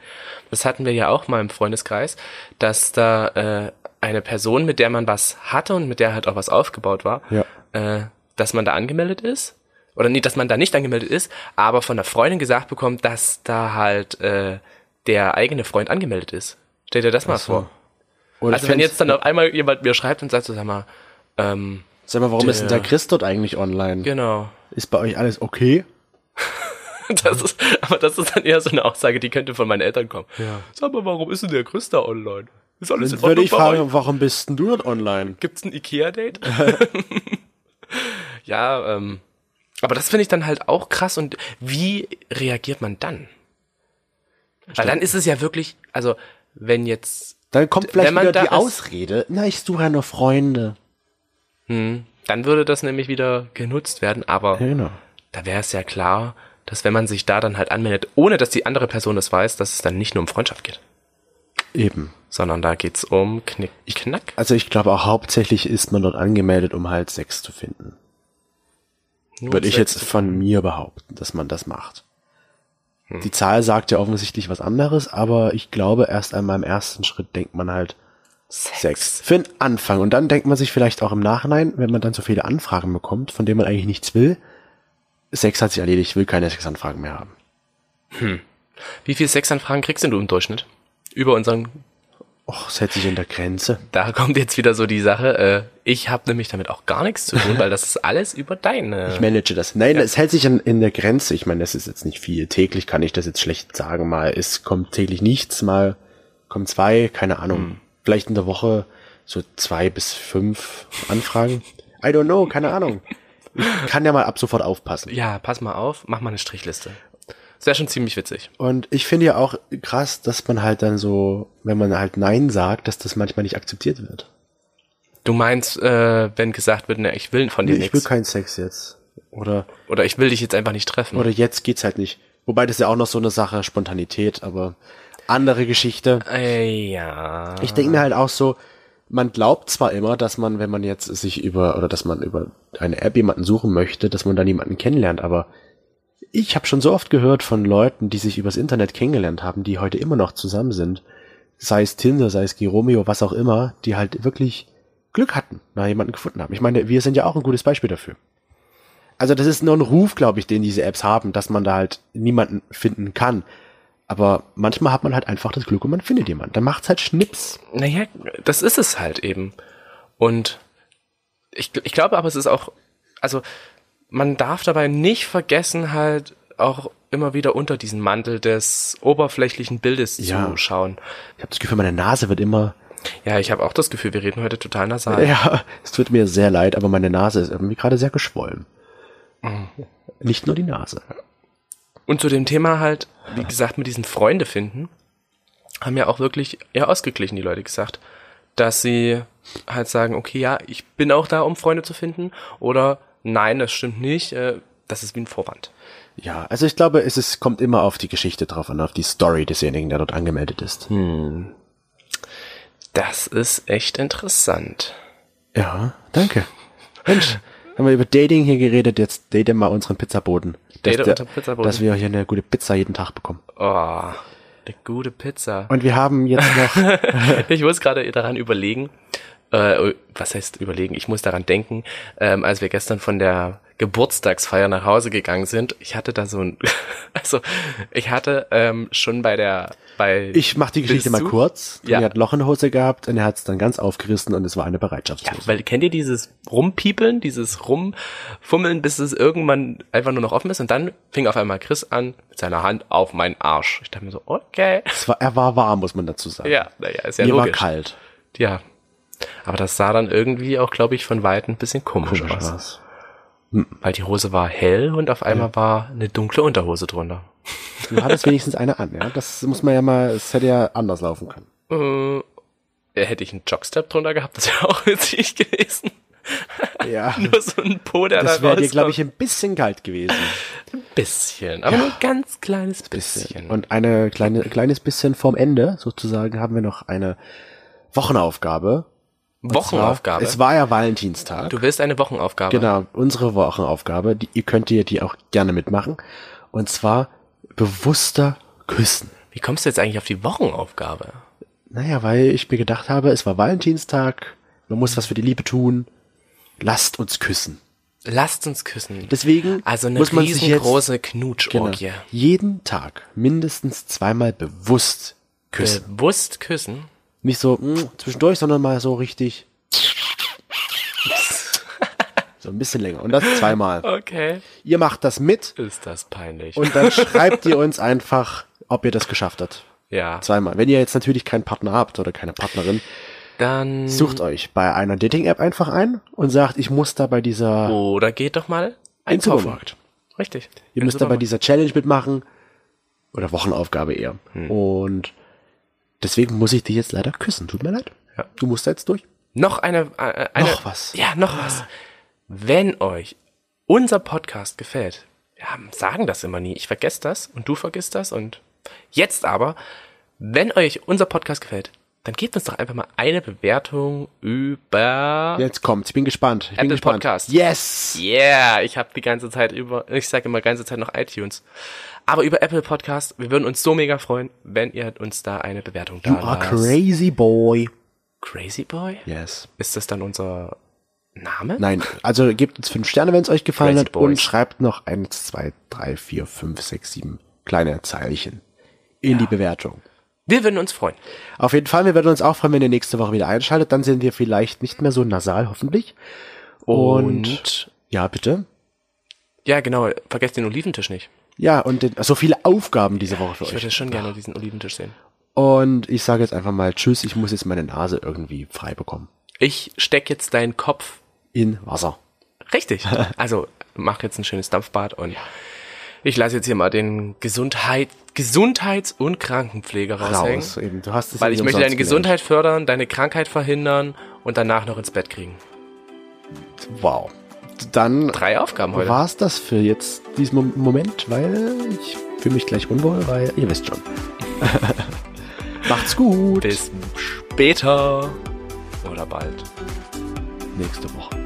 Speaker 2: Das hatten wir ja auch mal im Freundeskreis, dass da äh, eine Person, mit der man was hatte und mit der halt auch was aufgebaut war,
Speaker 3: Ja.
Speaker 2: äh, dass man da angemeldet ist. Oder nee, dass man da nicht angemeldet ist, aber von der Freundin gesagt bekommt, dass da halt äh, der eigene Freund angemeldet ist. Stell dir das mal vor.
Speaker 3: Oder
Speaker 2: Also wenn
Speaker 3: fänd's-
Speaker 2: jetzt dann auf einmal jemand mir schreibt und sagt, so, sag mal, ähm,
Speaker 3: Sag mal, warum ist denn
Speaker 2: Der-
Speaker 3: der Christ dort eigentlich online?
Speaker 2: genau.
Speaker 3: Ist bei euch alles okay?
Speaker 2: Das ist, aber das ist dann eher so eine Aussage, die könnte von meinen Eltern kommen. Sag mal, warum ist denn der Chris da online? Ist alles
Speaker 3: Dann
Speaker 2: in Ordnung
Speaker 3: würde ich
Speaker 2: bei euch?
Speaker 3: fragen, warum bist denn du dort online?
Speaker 2: Gibt's ein Ikea-Date? ja, ähm, aber das finde ich dann halt auch krass. Und wie reagiert man dann? Weil dann ist es ja wirklich, also wenn jetzt,
Speaker 3: Dann kommt vielleicht
Speaker 2: Wenn man
Speaker 3: wieder
Speaker 2: da
Speaker 3: die
Speaker 2: ist-
Speaker 3: Ausrede, na, ich suche ja nur Freunde.
Speaker 2: dann würde das nämlich wieder genutzt werden. Aber
Speaker 3: genau.
Speaker 2: da wäre es ja klar, dass wenn man sich da dann halt anmeldet, ohne dass die andere Person das weiß, dass es dann nicht nur um Freundschaft geht,
Speaker 3: Eben.
Speaker 2: sondern da geht's um Knick, Knack.
Speaker 3: Also ich glaube auch hauptsächlich ist man dort angemeldet, um halt Sex zu finden.
Speaker 2: Nur
Speaker 3: Würde ich
Speaker 2: Um Sex.
Speaker 3: jetzt von mir behaupten, dass man das macht.
Speaker 2: Hm.
Speaker 3: Die Zahl sagt ja offensichtlich was anderes, aber ich glaube, erst einmal im ersten Schritt denkt man halt Sex. Für den Anfang. Und dann denkt man sich vielleicht auch im Nachhinein, wenn man dann so viele Anfragen bekommt, von denen man eigentlich nichts will, Sex hat sich erledigt, ich will keine Sexanfragen mehr haben.
Speaker 2: Wie viel Sexanfragen kriegst denn du im Durchschnitt? Über unseren
Speaker 3: Och, es hält sich in der Grenze.
Speaker 2: da kommt jetzt wieder so die Sache, äh, ich habe nämlich damit auch gar nichts zu tun, weil das ist alles über deine.
Speaker 3: Ich manage das. Nein, es hält sich in, in der Grenze. Ich meine, das ist jetzt nicht viel. Täglich kann ich das jetzt schlecht sagen. Mal es kommt täglich nichts, mal kommen zwei, keine Ahnung. Vielleicht in der Woche so zwei bis fünf Anfragen. I don't know, keine Ahnung. Ich kann ja mal ab sofort aufpassen.
Speaker 2: Ja, pass mal auf, mach mal eine Strichliste. Das wäre schon ziemlich witzig.
Speaker 3: Und ich finde ja auch krass, dass man halt dann so, wenn man halt Nein sagt, dass das manchmal nicht akzeptiert wird.
Speaker 2: Du meinst, äh, wenn gesagt wird, ne, ich will von dir
Speaker 3: Ich will
Speaker 2: nichts.
Speaker 3: keinen Sex jetzt. Oder,
Speaker 2: Oder ich will dich jetzt einfach nicht treffen.
Speaker 3: oder jetzt geht's halt nicht. Wobei das ja auch noch so eine Sache Spontanität, aber andere Geschichte.
Speaker 2: äh, ja.
Speaker 3: Ich denke mir halt auch so, man glaubt zwar immer, dass man, wenn man jetzt sich über, oder dass man über eine App jemanden suchen möchte, dass man dann jemanden kennenlernt, aber ich habe schon so oft gehört von Leuten, die sich übers Internet kennengelernt haben, die heute immer noch zusammen sind, sei es Tinder, sei es Giromeo, was auch immer, die halt wirklich Glück hatten, mal jemanden gefunden haben. Ich meine, wir sind ja auch ein gutes Beispiel dafür. Also das ist nur ein Ruf, glaube ich, den diese Apps haben, dass man da halt niemanden finden kann. Aber manchmal hat man halt einfach das Glück und man findet jemanden. Dann macht's halt Schnips.
Speaker 2: Naja, das ist es halt eben. Und ich, ich glaube aber, es ist auch, also man darf dabei nicht vergessen, halt auch immer wieder unter diesen Mantel des oberflächlichen Bildes
Speaker 3: Ja.
Speaker 2: zu schauen.
Speaker 3: Ich habe das Gefühl, meine Nase wird immer.
Speaker 2: Ja, ich habe auch das Gefühl, wir reden heute total nasal.
Speaker 3: Ja, es tut mir sehr leid, aber meine Nase ist irgendwie gerade sehr geschwollen.
Speaker 2: Mhm.
Speaker 3: Nicht nur die Nase.
Speaker 2: Und zu dem Thema halt, wie gesagt, mit diesen Freunde finden, haben ja auch wirklich eher ausgeglichen die Leute gesagt, dass sie halt sagen, okay, ja, ich bin auch da, um Freunde zu finden, oder nein, das stimmt nicht, äh, das ist wie ein Vorwand.
Speaker 3: Ja, also ich glaube, es ist, kommt immer auf die Geschichte drauf an, auf die Story desjenigen, der dort angemeldet ist.
Speaker 2: Hm. Das ist echt interessant.
Speaker 3: Ja, danke. Mensch, haben wir über Dating hier geredet, jetzt date mal unseren Pizzaboden. Dass,
Speaker 2: Date
Speaker 3: der,
Speaker 2: unseren Pizzaboden.
Speaker 3: dass wir hier eine gute Pizza jeden Tag bekommen.
Speaker 2: Oh, eine gute Pizza.
Speaker 3: Und wir haben jetzt noch,
Speaker 2: Ich muss gerade daran überlegen, äh, was heißt überlegen, ich muss daran denken, ähm, als wir gestern von der Geburtstagsfeier nach Hause gegangen sind, ich hatte da so ein, also ich hatte ähm, schon bei der, bei
Speaker 3: ich mache die Geschichte mal
Speaker 2: Besuch-
Speaker 3: kurz.
Speaker 2: Ja.
Speaker 3: Er hat Loch in der Hose gehabt und er hat es dann ganz aufgerissen und es war eine
Speaker 2: Ja,
Speaker 3: Bereitschaftslose.
Speaker 2: weil kennt ihr dieses Rumpiepeln, dieses Rumfummeln, bis es irgendwann einfach nur noch offen ist und dann fing auf einmal Chris an mit seiner Hand auf meinen Arsch. Ich dachte mir so, okay.
Speaker 3: Es war, er war warm, muss man dazu sagen.
Speaker 2: Ja, naja, ist ja
Speaker 3: Mir war
Speaker 2: logisch.
Speaker 3: kalt.
Speaker 2: Ja. Aber das sah dann irgendwie auch, glaube ich, von weitem ein bisschen komisch,
Speaker 3: Komisch
Speaker 2: aus.
Speaker 3: war's.
Speaker 2: Weil die Hose war hell und auf einmal war eine dunkle Unterhose drunter.
Speaker 3: Du hattest wenigstens eine an, ja. Das muss man ja mal, es hätte ja anders laufen können.
Speaker 2: Äh, hätte ich einen Jogstep drunter gehabt, das wäre auch witzig gewesen.
Speaker 3: Ja.
Speaker 2: Nur so ein Po, der
Speaker 3: Das
Speaker 2: da
Speaker 3: wäre
Speaker 2: rauskommt.
Speaker 3: dir, glaube ich, ein bisschen kalt gewesen.
Speaker 2: ein bisschen. Aber nur ein ganz kleines bisschen.
Speaker 3: Und eine kleine, kleines bisschen vorm Ende sozusagen haben wir noch eine Wochenaufgabe. Und
Speaker 2: Wochenaufgabe.
Speaker 3: Zwar, es war ja Valentinstag.
Speaker 2: du willst eine Wochenaufgabe.
Speaker 3: Genau, unsere Wochenaufgabe, die, ihr könnt ihr die auch gerne mitmachen. Und zwar bewusster küssen.
Speaker 2: Wie kommst du jetzt eigentlich auf die Wochenaufgabe?
Speaker 3: Naja, weil ich mir gedacht habe, es war Valentinstag, man muss was für die Liebe tun. Lasst uns küssen.
Speaker 2: Lasst uns küssen.
Speaker 3: Deswegen
Speaker 2: also eine
Speaker 3: muss man sich jetzt-
Speaker 2: riesengroße Knutschorgie.
Speaker 3: Genau. Jeden Tag mindestens zweimal bewusst küssen.
Speaker 2: Bewusst küssen.
Speaker 3: Nicht so mm, zwischendurch, sondern mal so richtig. so ein bisschen länger. Und das zweimal.
Speaker 2: Okay.
Speaker 3: Ihr macht das mit
Speaker 2: Ist das peinlich.
Speaker 3: und dann schreibt ihr uns einfach, ob ihr das geschafft habt.
Speaker 2: ja.
Speaker 3: Zweimal. Wenn ihr jetzt natürlich keinen Partner habt oder keine Partnerin,
Speaker 2: Dann.
Speaker 3: sucht euch bei einer Dating-App einfach ein und sagt, ich muss da bei dieser
Speaker 2: Oder geht doch mal
Speaker 3: im
Speaker 2: einkaufen.
Speaker 3: Supermarkt.
Speaker 2: Richtig.
Speaker 3: Ihr müsst da bei dieser Challenge mitmachen. Oder Wochenaufgabe eher.
Speaker 2: Hm.
Speaker 3: Und deswegen muss ich dich jetzt leider küssen. Tut mir leid.
Speaker 2: Ja.
Speaker 3: Du musst da jetzt durch.
Speaker 2: Noch eine, äh, eine.
Speaker 3: Noch was.
Speaker 2: Ja, noch was. Wenn euch unser Podcast gefällt, wir haben, sagen das immer nie. Ich vergesse das und du vergisst das und jetzt aber, wenn euch unser Podcast gefällt, dann gebt uns doch einfach mal eine Bewertung über.
Speaker 3: Jetzt kommt's. Ich bin gespannt. Ich bin
Speaker 2: Ah. Apple
Speaker 3: gespannt.
Speaker 2: Podcast.
Speaker 3: Yes!
Speaker 2: Yeah, ich habe die ganze Zeit über, ich sage immer ganze Zeit noch iTunes, aber über Apple Podcast. Wir würden uns so mega freuen, wenn ihr uns da eine Bewertung da
Speaker 3: You are crazy boy.
Speaker 2: Crazy Boy?
Speaker 3: Yes.
Speaker 2: Ist das dann unser Name?
Speaker 3: Nein, also gebt uns fünf Sterne, wenn es euch gefallen
Speaker 2: Crazy
Speaker 3: hat. Und
Speaker 2: Boys.
Speaker 3: schreibt noch eins, zwei, drei, vier, fünf, sechs, sieben kleine Zeilchen in die Bewertung.
Speaker 2: Wir würden uns freuen.
Speaker 3: Auf jeden Fall, wir werden uns auch freuen, wenn ihr nächste Woche wieder einschaltet. Dann sind wir vielleicht nicht mehr so nasal, hoffentlich. Und, ja, bitte.
Speaker 2: ja, genau, vergesst den Oliventisch nicht.
Speaker 3: Ja, und den, so viele Aufgaben diese Woche für
Speaker 2: Ich
Speaker 3: euch.
Speaker 2: würde schon gerne diesen Oliventisch sehen.
Speaker 3: Und ich sage jetzt einfach mal Tschüss, ich muss jetzt meine Nase irgendwie frei bekommen.
Speaker 2: Ich steck jetzt deinen Kopf
Speaker 3: In Wasser.
Speaker 2: richtig. Also mach jetzt ein schönes Dampfbad und ich lasse jetzt hier mal den Gesundheit, Gesundheits- und Krankenpfleger raushängen.
Speaker 3: Raus. Eben. Du hast es
Speaker 2: Weil
Speaker 3: nicht
Speaker 2: ich möchte deine
Speaker 3: umsonst
Speaker 2: Gesundheit fördern, deine Krankheit verhindern und danach noch ins Bett kriegen.
Speaker 3: gelernt. Wow. Dann
Speaker 2: Drei Aufgaben heute.
Speaker 3: war's das für jetzt diesen Mom- Moment, weil ich fühle mich gleich unwohl, weil ihr wisst schon. Macht's gut.
Speaker 2: Bis später oder bald.
Speaker 3: nächste Woche.